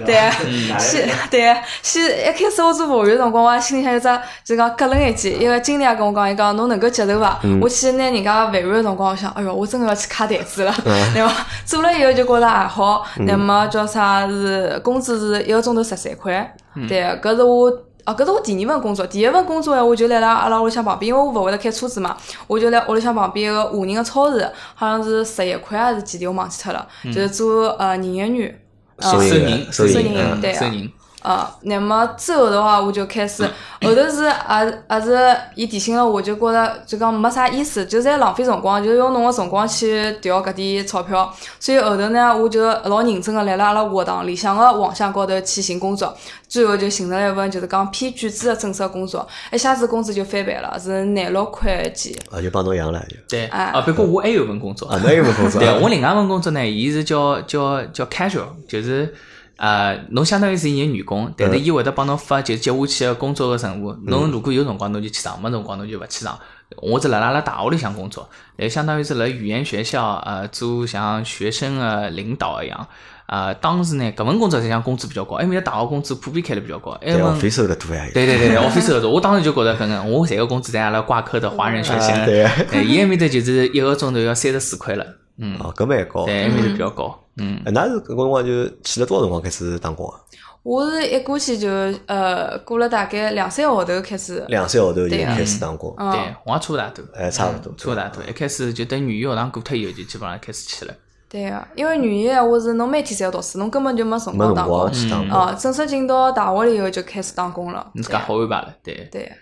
Speaker 3: 对，
Speaker 2: 啊
Speaker 3: 先对，先一开始我做服务员辰光，我也心里向有只就讲咯楞一记，一个经理也跟我讲，伊讲侬能够接受伐？我去拿人家饭碗的辰光，我想，哎哟，我真个要去揩台子了。然后做了以后就觉着还好，那么叫啥是工资是一个钟头十三块，对，搿是我。啊，搿是我第二份工作，第一份工作闲话就辣辣阿拉屋里向旁边，因为我勿会得开车子嘛，我就辣屋里向旁边一个华人个超市，好像是十一块还是几钿，我忘记脱了，就是做呃营业员。呃
Speaker 1: 哦收银
Speaker 2: 银，
Speaker 1: 收
Speaker 2: 收
Speaker 1: 银
Speaker 2: 嗯
Speaker 3: 对啊
Speaker 2: 收银，
Speaker 3: 啊，那么之后的话，我就 开始，后头是啊也也是伊提醒了我，就觉着就讲没啥意思，就在浪费辰光，就用侬个辰光去调搿点钞票。所以后头呢，我就呃老认真个来了阿拉学堂里向个网向高头去寻工作，最后就寻着了一份就是讲偏卷子个正式工作，一下子工资就翻倍了，是廿六块几。
Speaker 1: 啊，就帮侬养了就。
Speaker 2: 对，
Speaker 3: 啊
Speaker 2: 啊，不过我还有份工作
Speaker 1: 啊，，那有没工作？
Speaker 2: 对我另外一份工作呢，伊是叫叫叫 casual，就是呃，侬相当于是伊个员工，但
Speaker 1: 嗯
Speaker 2: 是伊会得帮侬发就接下去个工作个任务。侬如果有辰光侬就去上，没辰光侬就勿去上。我是辣辣阿拉大学里向工作，也相当于是辣语言学校呃做像学生个领导一样。呃，当时呢，搿份工作实际上工资比较高，因为大学工资普遍开得比较高。埃
Speaker 1: 对，
Speaker 2: 份
Speaker 1: 我费收得多呀。
Speaker 2: 对 对对对，office 合作，我当时就觉得，可能我这个工资在阿拉挂科的华人学
Speaker 1: 啊
Speaker 2: 生，
Speaker 1: 对
Speaker 2: 对，伊埃面搭就是一个钟头要三十四块了，嗯，
Speaker 1: 哦，搿蛮高。
Speaker 2: 对，埃面搭比较高，嗯，
Speaker 1: 哎那是搿辰光就去了多少辰光开始打工啊？
Speaker 3: 我是一过去就呃过了大概两三个号头开始，
Speaker 1: 两三个号头就
Speaker 3: 对啊
Speaker 1: 开始打工，
Speaker 3: 嗯，
Speaker 2: 对，我也差勿大多，
Speaker 1: 哦哎，差勿多。
Speaker 2: 差勿大多，一开始就等语言学堂过脱以后，就基本上开始去了，
Speaker 3: 对个、因为语言闲话是侬每天侪要读书，侬根本就没
Speaker 2: 嗯
Speaker 3: 辰
Speaker 1: 没辰
Speaker 3: 光打工
Speaker 1: 光。去打工。
Speaker 3: 啊，正式进到大学里以后就开始打工了。
Speaker 2: 嗯
Speaker 3: 啊
Speaker 2: 你自
Speaker 1: 哎
Speaker 2: 家好安排了，对。
Speaker 3: 对，啊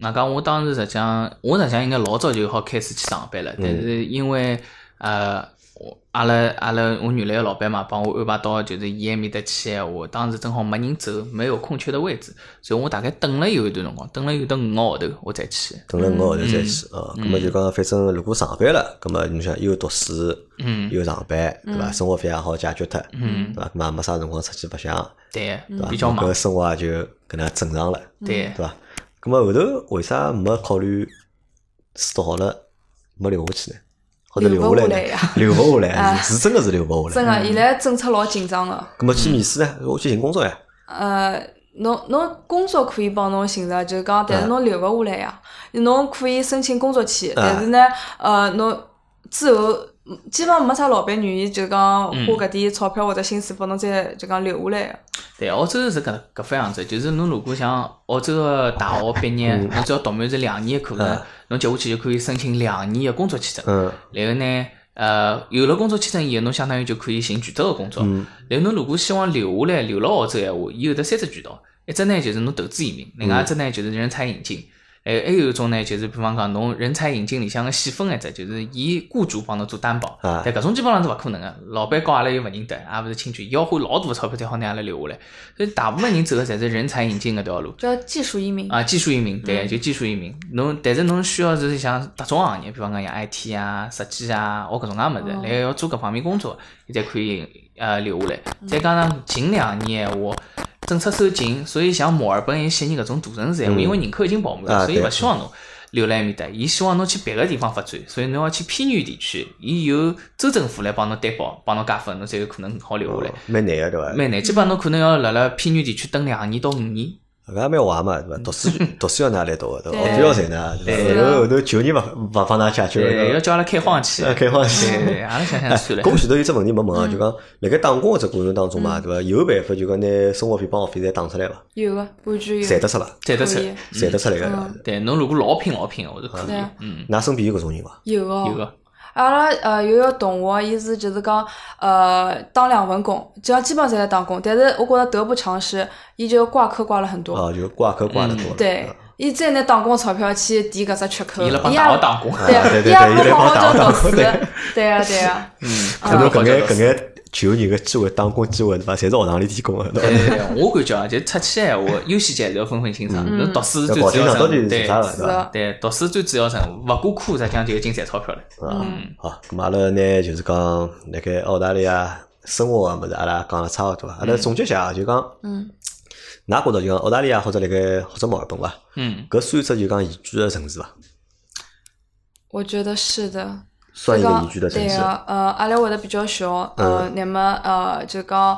Speaker 2: 外加我当时实际上，我实际上应该老早就好开始去上班了，但是因为呃，我阿拉阿拉我原来个老板嘛，帮我安排到就是伊埃面搭去闲话，当时正好没人走，没有空缺的位置，所以我大概等了有一段辰光，等了有得五个号头，我再去。
Speaker 1: 等了五个号头再去
Speaker 2: 嗯
Speaker 1: 啊。咁么就讲，反正如果上班了，咁么你想又读书，
Speaker 2: 嗯
Speaker 1: 又上班，对伐？生活费也好解决脱，
Speaker 2: 嗯
Speaker 1: 对伐？咁么也没啥辰光出去白相，
Speaker 2: 对
Speaker 1: 对，伐？
Speaker 2: 比较
Speaker 1: 搿
Speaker 2: 忙
Speaker 1: 个，生活也就搿能样正常了，
Speaker 2: 对
Speaker 1: 对。伐？咁么后头为啥没考虑试读好了没留下去呢？或者留
Speaker 3: 留
Speaker 1: 下
Speaker 3: 不下
Speaker 1: 来
Speaker 3: 来
Speaker 1: 呢
Speaker 3: 呀，
Speaker 1: 留勿 下来
Speaker 3: 啊
Speaker 1: 是是真个是留勿下
Speaker 3: 真
Speaker 1: 来。
Speaker 2: 嗯
Speaker 3: 个，伊拉政策老紧张个。
Speaker 1: 咁么去面试呢？我去寻工作呀，
Speaker 3: 呃，侬侬工作可以帮侬寻着，就是讲，
Speaker 2: 嗯
Speaker 3: 但是侬留勿下来呀。侬可以申请工作签，但是呢，呃，侬之后嗯基本上没啥老板愿意就是讲花搿点钞票或者心思拨侬再就讲留下来啊个。
Speaker 2: 对，澳洲是搿搿副样子，就是侬如果像澳洲个大学毕业，侬只要读满是两年的课程，侬接下去就可以申请两年的工作签证。
Speaker 1: 嗯，
Speaker 2: 然后呢，呃，有了工作签证以后，侬相当于就可以寻全职个工作。然后侬如果希望留下来，留辣澳洲闲话，伊有得三只渠道，一只呢就是侬投资移民，另外一只呢就是人才引进。还还有一种呢，就是比方讲，侬人才引进里向个细分一只，就是伊雇主帮侬做担保，
Speaker 1: 啊
Speaker 2: 但搿种基本上是勿可能个。老板告阿拉又勿认得，也勿是亲戚，要花老大个钞票才好拿阿拉留下来。所以大部分人走个侪是人才引进搿条路。
Speaker 3: 叫技术移民。
Speaker 2: 啊，技术移民，对，就技术移民。侬但是侬需要是像特种行业，比方讲像 IT 啊、设计啊，学搿种介物事，
Speaker 3: 哦
Speaker 2: 然后要做搿方面工作，你才可以呃留下来。再加上近两年闲话，政策收紧，所以像墨尔本、伊悉尼搿种大城市闲话，
Speaker 1: 嗯
Speaker 2: 因为人口已经饱满
Speaker 1: 啊
Speaker 2: 了，所以
Speaker 1: 对
Speaker 2: 勿希望侬。留辣埃面搭，伊希望侬去别个地方发展，所以侬要去偏远地区，伊有州政府来帮侬担保、帮侬加分，侬才有可能好留下来。
Speaker 1: 蛮难个对伐？
Speaker 2: 蛮难，基本上侬可能要辣辣偏远地区蹲两年到五年，
Speaker 1: 搿也蛮坏嘛，对伐？读 书读书要哪来读个，对伐？
Speaker 3: 对
Speaker 1: 学费要赚呢，对伐？
Speaker 2: 对
Speaker 1: 然后后头就业勿勿帮㑚解决了，
Speaker 2: 对，要
Speaker 1: 对伐
Speaker 2: 叫阿拉开荒去。
Speaker 1: 啊 开放性
Speaker 2: 对。对，阿拉想想算了。
Speaker 1: 搿我前头有只问题没问啊，就讲辣盖打工个只过程当中嘛，对伐？有办法就讲拿生活费帮学费侪打出来伐？
Speaker 3: 有个完全有。
Speaker 1: 赚得出啦，
Speaker 2: 对得出
Speaker 3: 可，以
Speaker 1: 赚得出来个对伐。
Speaker 2: 对，侬如果老拼老拼的，我是可
Speaker 3: 对
Speaker 2: 以
Speaker 3: 啊。
Speaker 2: 嗯，
Speaker 1: 㑚身边有搿种人伐？
Speaker 3: 有哦个。
Speaker 2: 有啊个，
Speaker 3: 阿拉呃有一个同学，伊是就是讲呃当两份工，就像基本上侪在打工，但是我觉着得不偿失，伊就挂科挂了很多。
Speaker 1: 哦，就挂科挂得多了。
Speaker 3: 嗯对，伊再拿打工钞票去抵搿只缺口，
Speaker 2: 伊
Speaker 3: 伊
Speaker 2: 拉帮
Speaker 3: 也
Speaker 2: 大学打工。
Speaker 1: 啊对对
Speaker 3: 伊
Speaker 1: 对伊
Speaker 3: 也
Speaker 1: 拉
Speaker 3: 不
Speaker 1: 帮
Speaker 3: 好
Speaker 1: 大学打啊
Speaker 3: 好叫读
Speaker 1: 工
Speaker 3: 书，对呀 对呀，
Speaker 2: 嗯，
Speaker 1: 可能搿眼
Speaker 2: 好
Speaker 1: 搿眼求人个机会、打工机会对伐？侪是学堂里提供个，对伐？
Speaker 2: 对对对，我感觉啊，就出去闲话，优先级还是要分分清爽。侬读书是
Speaker 1: 要搞
Speaker 2: 最主
Speaker 1: 清
Speaker 2: 要
Speaker 1: 爽
Speaker 2: 任务
Speaker 1: 到底是
Speaker 2: 对
Speaker 1: 啥个，
Speaker 3: 是
Speaker 1: 对伐？
Speaker 3: 的，
Speaker 2: 对，读书最主要任务，勿过科实际上就已经赚钞票了。
Speaker 1: 啊，
Speaker 3: 嗯
Speaker 1: 好，咁阿拉呢就是讲辣盖澳大利亚生活个物事，阿拉讲了差勿多，阿拉总结一下啊就讲，
Speaker 3: 嗯，
Speaker 1: 㑚觉着就讲澳大利亚或者辣盖或者墨尔本伐，
Speaker 2: 嗯，
Speaker 1: 搿算一只就讲宜居个城市伐？
Speaker 3: 我觉得是的。
Speaker 1: 算一
Speaker 3: 就
Speaker 1: 个
Speaker 3: 讲
Speaker 1: 宜居的城
Speaker 3: 对
Speaker 1: 市，嗯
Speaker 3: 个，呃，阿拉会得比较小，呃，那么呃就讲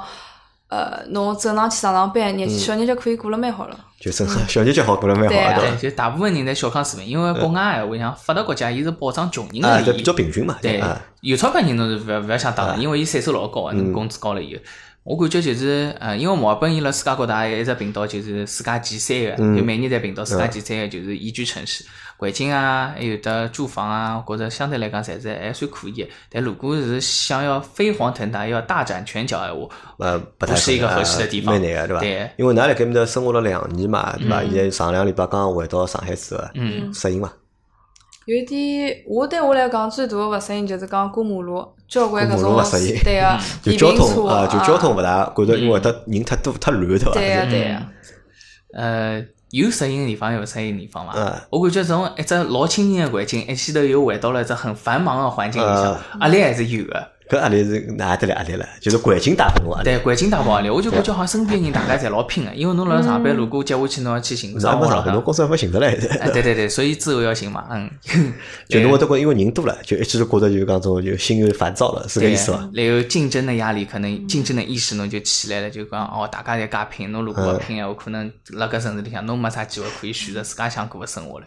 Speaker 3: 呃侬正常去上上班，
Speaker 1: 嗯
Speaker 3: 日小日脚可以过了蛮好了。
Speaker 1: 就正好小日脚好过了蛮好
Speaker 3: 嗯对啊
Speaker 1: 个，对
Speaker 2: 对，
Speaker 1: 伐？
Speaker 2: 就大部分人侪小康市民，因为国外闲话，像发达国家，伊是保障穷人
Speaker 1: 啊，
Speaker 2: 的
Speaker 1: 就
Speaker 2: 利
Speaker 1: 比
Speaker 2: 益
Speaker 1: 较。平均嘛，
Speaker 2: 对
Speaker 1: 啊，，
Speaker 2: 有钞票人侬是勿要勿要想打
Speaker 1: 啊
Speaker 2: 了，因为伊税收老高个，侬工资高了以后。我感觉就是，呃，因为墨尔本伊辣世界高头也有一只频道，就是世界前三个，就每年侪频道世界前三个，就是宜居城市，环境啊，还有得住房啊，或者相对来讲侪是还算可以的。但如果是想要飞黄腾达，要大展拳脚闲话，
Speaker 1: 呃， 不太
Speaker 2: 不是一个合适的地方
Speaker 1: 蛮难个，对伐？
Speaker 2: 对
Speaker 1: 因为㑚辣盖面搭生活了两年嘛，对伐？现在上两礼拜刚回到上海之后，
Speaker 2: 嗯
Speaker 1: 适应伐？
Speaker 3: 有一点，我对我来讲最大的勿适应就是讲过马路，交关
Speaker 1: 过
Speaker 3: 搿
Speaker 1: 马
Speaker 3: 种
Speaker 1: 路勿适应
Speaker 3: 对个，
Speaker 1: 就
Speaker 3: 电
Speaker 1: 交
Speaker 3: 瓶
Speaker 1: 通
Speaker 3: 车
Speaker 1: 啊，就交通勿大，觉着因为得人太多太乱，对伐？
Speaker 3: 对个啊对个
Speaker 2: 嗯。呃，有适应的地方，有勿适应的地方嘛。
Speaker 1: 嗯
Speaker 2: 我感觉从一只老清静的环境，一记头又回到了一只很繁忙的环境里向
Speaker 1: 啊，
Speaker 2: 压力还是有的。
Speaker 1: 搿压力是哪得来压力了？就是环境带拨侬压力。
Speaker 2: 对，环境大
Speaker 1: 嗯
Speaker 2: 不好嘞，我就感觉好像身边人大家侪老拼个，因为侬辣辣上班，如果接下去侬要去寻
Speaker 1: 上
Speaker 2: 生活
Speaker 1: 班上
Speaker 2: 了
Speaker 1: 班，侬
Speaker 2: 哈，
Speaker 1: 工作还没寻得来，
Speaker 2: 哎，对对对，所以之后要寻嘛，嗯，
Speaker 1: 就侬会得觉因为人多了，就一记头觉得就讲种就心有烦躁了，是搿
Speaker 2: 对
Speaker 1: 意思伐？啊
Speaker 2: 然后竞争的压力，可能竞争的意识侬就起来了，就讲哦，大家侪加拼，侬如果勿拼闲话，可能辣搿城市里向侬没啥机会可以选择自家想过个生活了，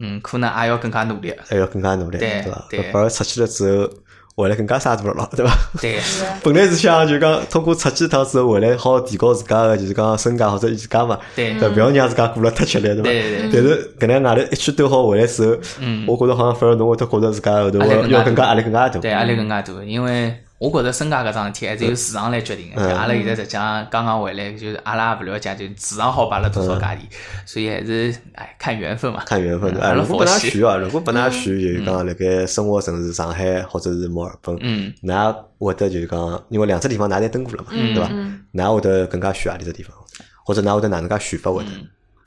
Speaker 2: 嗯，可能也要更加努力，
Speaker 1: 还要更加努力，
Speaker 2: 对
Speaker 1: 伐？
Speaker 2: 对
Speaker 1: 反而出去了之后，回来更加啥都勿了， 对伐？
Speaker 2: 对，
Speaker 1: 本来是想就讲通过出去一趟之后回来，好提高自家个就是讲身价或者自家嘛，
Speaker 2: 对
Speaker 1: 勿要让自家过了太吃力，对伐？
Speaker 2: 嗯对对对嗯
Speaker 1: 但是搿能外头一去兜好回来之后，我觉着好像反而侬会得觉着自家后头
Speaker 2: 压力更加
Speaker 1: 要更加
Speaker 2: 大
Speaker 1: 压力更加大。
Speaker 2: 对，压力更加大，因为我觉着身价搿桩事体还是由市场来决定
Speaker 1: 嗯
Speaker 2: 的。就阿拉现在实际上刚刚回来，就是阿拉也勿了解，就是市场好摆了多少价钿，所以还是哎看缘分嘛。
Speaker 1: 嗯看缘分的。哎，
Speaker 2: 阿拉
Speaker 1: 如果拨
Speaker 2: 佛
Speaker 1: 㑚
Speaker 2: 系
Speaker 1: 选啊，如果拨㑚选，就是讲辣盖生活城市上海或者是墨尔本，
Speaker 2: 嗯，
Speaker 1: 㑚会得就是讲，因为两只地方
Speaker 3: 嗯嗯
Speaker 1: 㑚侪登过了嘛，对伐？㑚会得更加选何里只地方，或者㑚会得哪能介选法会得？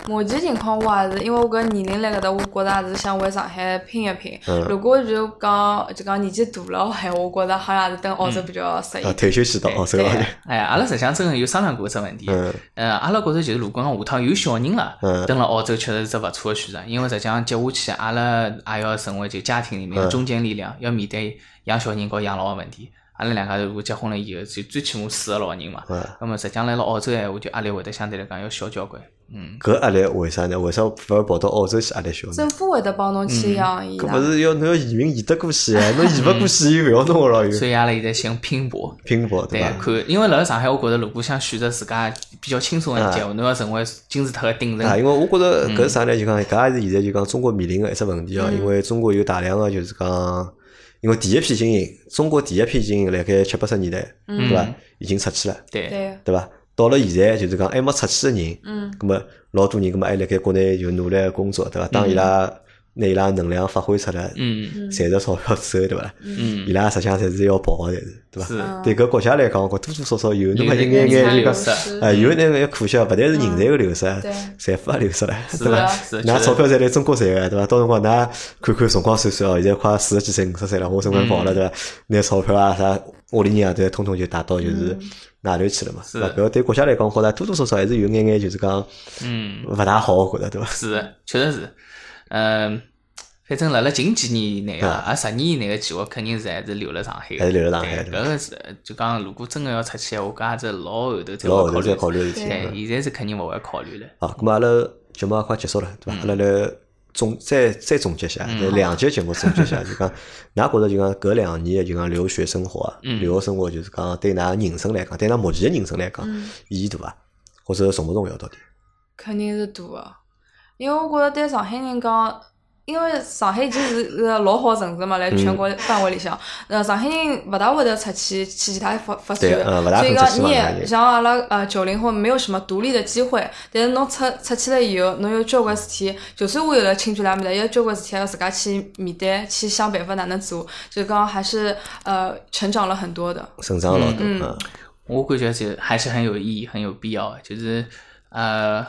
Speaker 3: 目前情况我啊也是，因为我搿年龄辣搿搭，我觉着也是想回上海拼一拼。
Speaker 1: 嗯
Speaker 3: 如果就讲就讲年纪大了闲话，我觉着好像还是等澳洲比较适宜
Speaker 1: 啊，。退休去到澳洲
Speaker 3: 对
Speaker 1: 了，
Speaker 2: 哎，阿拉实际上真个有商量过搿只问题。
Speaker 1: 嗯
Speaker 2: 呃，阿拉觉着就是，如果讲下趟有小人了
Speaker 1: 嗯，
Speaker 2: 蹲辣澳洲确实是只勿错个选择，因为实际上接下去阿拉也要成为就家庭里面
Speaker 1: 嗯
Speaker 2: 的中坚力量，要面对养小人和养老个问题。阿拉两家头如果结婚了以后，就最起码四个老人嘛
Speaker 1: 嗯。
Speaker 2: 那么实际上来了澳洲闲话，就压力会得相对来讲要小交关。嗯，
Speaker 1: 搿压力为啥呢？为啥勿要跑到澳洲去压力小呢？
Speaker 3: 政府会得帮侬去养
Speaker 1: 嗯
Speaker 3: 伊
Speaker 1: 搿
Speaker 3: 拉
Speaker 1: 勿。是要侬要移民移得过去 哎，侬移勿过去又勿要弄个了
Speaker 3: 嗯
Speaker 1: 又
Speaker 2: 所以阿拉现在想拼搏。
Speaker 1: 拼搏
Speaker 2: 对，啊
Speaker 1: 伐？
Speaker 2: 看，因为辣辣上海，我觉着如果想选择自家比较轻松个节，侬要成为金字塔个顶
Speaker 1: 啊啊，因
Speaker 2: 层。
Speaker 1: 为我觉得
Speaker 3: 嗯
Speaker 1: 搿是啥呢？就讲搿也是现在就讲中国面临个一只问题哦，因为中国有大量个就是讲，因为第一批精英，中国第一批精英辣盖七八十年代，对伐
Speaker 2: 嗯？
Speaker 1: 已经出去了，
Speaker 2: 对，
Speaker 3: 对，
Speaker 1: 对伐？到了现在就是讲还没出去个人，
Speaker 3: 嗯，
Speaker 1: 葛么老多人葛么还辣盖国内就努力工作，对伐？当伊拉拿伊拉能量发挥出来，
Speaker 2: 嗯
Speaker 1: 赚着钞票之后，对伐？
Speaker 2: 嗯
Speaker 1: 伊，拉实际上侪是要跑个，侪是，对伐？
Speaker 2: 是，
Speaker 1: 对搿国家来讲，我觉多多少少有那么一
Speaker 2: 有
Speaker 1: 眼
Speaker 2: 眼
Speaker 1: 眼就
Speaker 2: 流
Speaker 1: 讲
Speaker 2: 失，
Speaker 1: 啊，有那眼可惜，勿但是人才个流失
Speaker 2: 嗯
Speaker 3: 对，
Speaker 1: 财富也流失了，
Speaker 2: 是
Speaker 1: 对伐？
Speaker 2: 的是的
Speaker 1: 拿
Speaker 2: 确实
Speaker 1: 钞票侪来中国赚个，对伐？到辰光㑚看看辰光算算哦，现在快四十几岁、五十岁了，我辰光
Speaker 2: 嗯
Speaker 1: 跑了，对伐？拿钞票啊啥，屋里人啊，对，统统就带到就是外头去了嘛，
Speaker 2: 嗯是
Speaker 1: 对伐？搿对国家来讲，觉着多多少少还是有眼眼就是讲
Speaker 2: 嗯，
Speaker 1: 勿大好，我觉着对伐？
Speaker 2: 是的，确实是。嗯，反正辣辣近几年以内啊，啊十年以内个计划，肯定是还是留辣上海的。
Speaker 1: 还是留辣上海对
Speaker 2: 对
Speaker 1: 吧
Speaker 2: 搿个是就讲，如果真个要出去，我讲也是老后头才
Speaker 1: 老后头
Speaker 2: 会
Speaker 1: 再考虑事体。
Speaker 3: 对
Speaker 1: 对伐
Speaker 2: 对，现在是肯定勿会考虑了。
Speaker 1: 好，咁么阿拉节目也快结束了，
Speaker 2: 嗯
Speaker 1: 对伐？阿拉来总再再总结一下，来两节节目总结一 下，就讲，㑚觉着就讲搿两年就讲留学生活啊，
Speaker 2: 嗯
Speaker 1: 留学生活就是讲对㑚人生来讲，对㑚目前的人生来讲
Speaker 2: 嗯
Speaker 1: 意义大伐？或者重不重要到底？
Speaker 3: 肯定是大个，因为我觉着对上海人讲，因为上海已经是个老好城市嘛，来
Speaker 1: 嗯
Speaker 3: 全国范围里向，呃，上海人勿大会得出去去其他发发展
Speaker 1: 对呃勿大
Speaker 3: 所以
Speaker 1: 会出去
Speaker 3: 讲
Speaker 1: 嘛
Speaker 3: 你
Speaker 1: 上海
Speaker 3: 也
Speaker 1: 人
Speaker 3: 像阿拉呃九零后没有什么独立的机会，但是侬出出去了以后，侬有交关事体，就算我有了亲眷辣面搭，也有交关事体还要自家去面对，去想办法哪能做，就讲还是呃成长了很多的。
Speaker 1: 成长老多
Speaker 3: 嗯
Speaker 1: 啊，
Speaker 2: 我感觉就还是很有意义、很有必要的。就是呃，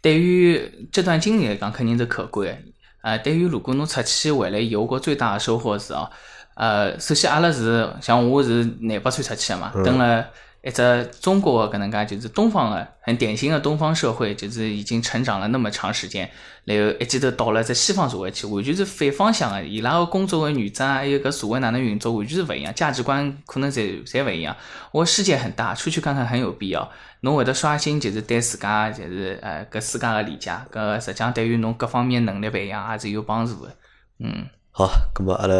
Speaker 2: 对于这段经历来讲，肯定是可贵的。呃，对于如果侬出去回来以后，我觉最大的收获是哦，呃，首先阿拉是像我是廿八岁出去的嘛，登了一只中国的搿能介，就是东方的很典型的东方社会，就是已经成长了那么长时间，然后一记头到了只西方社会去，完全是反方向的，伊拉个工作的原则啊，还有搿社会哪能运作，完全是勿一样，价值观可能侪侪勿一样。我世界很大，出去看看很有必要。侬会得刷新，就是对自家，就是呃搿世界个理解，搿实际上对于侬各方面能力培养也是有帮助的。嗯，
Speaker 1: 好，咁么阿拉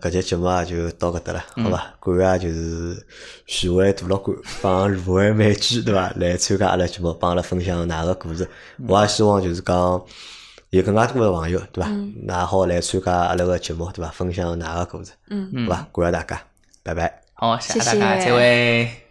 Speaker 1: 搿节节目啊就到搿搭了，
Speaker 3: 嗯
Speaker 1: 好伐？感谢就是徐汇大老倌帮卢伟美居对伐？ 来参加阿拉节目，帮阿拉分享㑚个故事。
Speaker 3: 嗯
Speaker 1: 我也希望就是讲有更加多个朋友对伐？
Speaker 3: 嗯
Speaker 1: 㑚好来参加阿拉个节目对伐？分享㑚个故事，
Speaker 3: 嗯
Speaker 1: 好伐？感谢大家，拜拜。
Speaker 2: 好，谢谢大
Speaker 3: 谢
Speaker 2: 家，
Speaker 3: 谢
Speaker 2: 再会。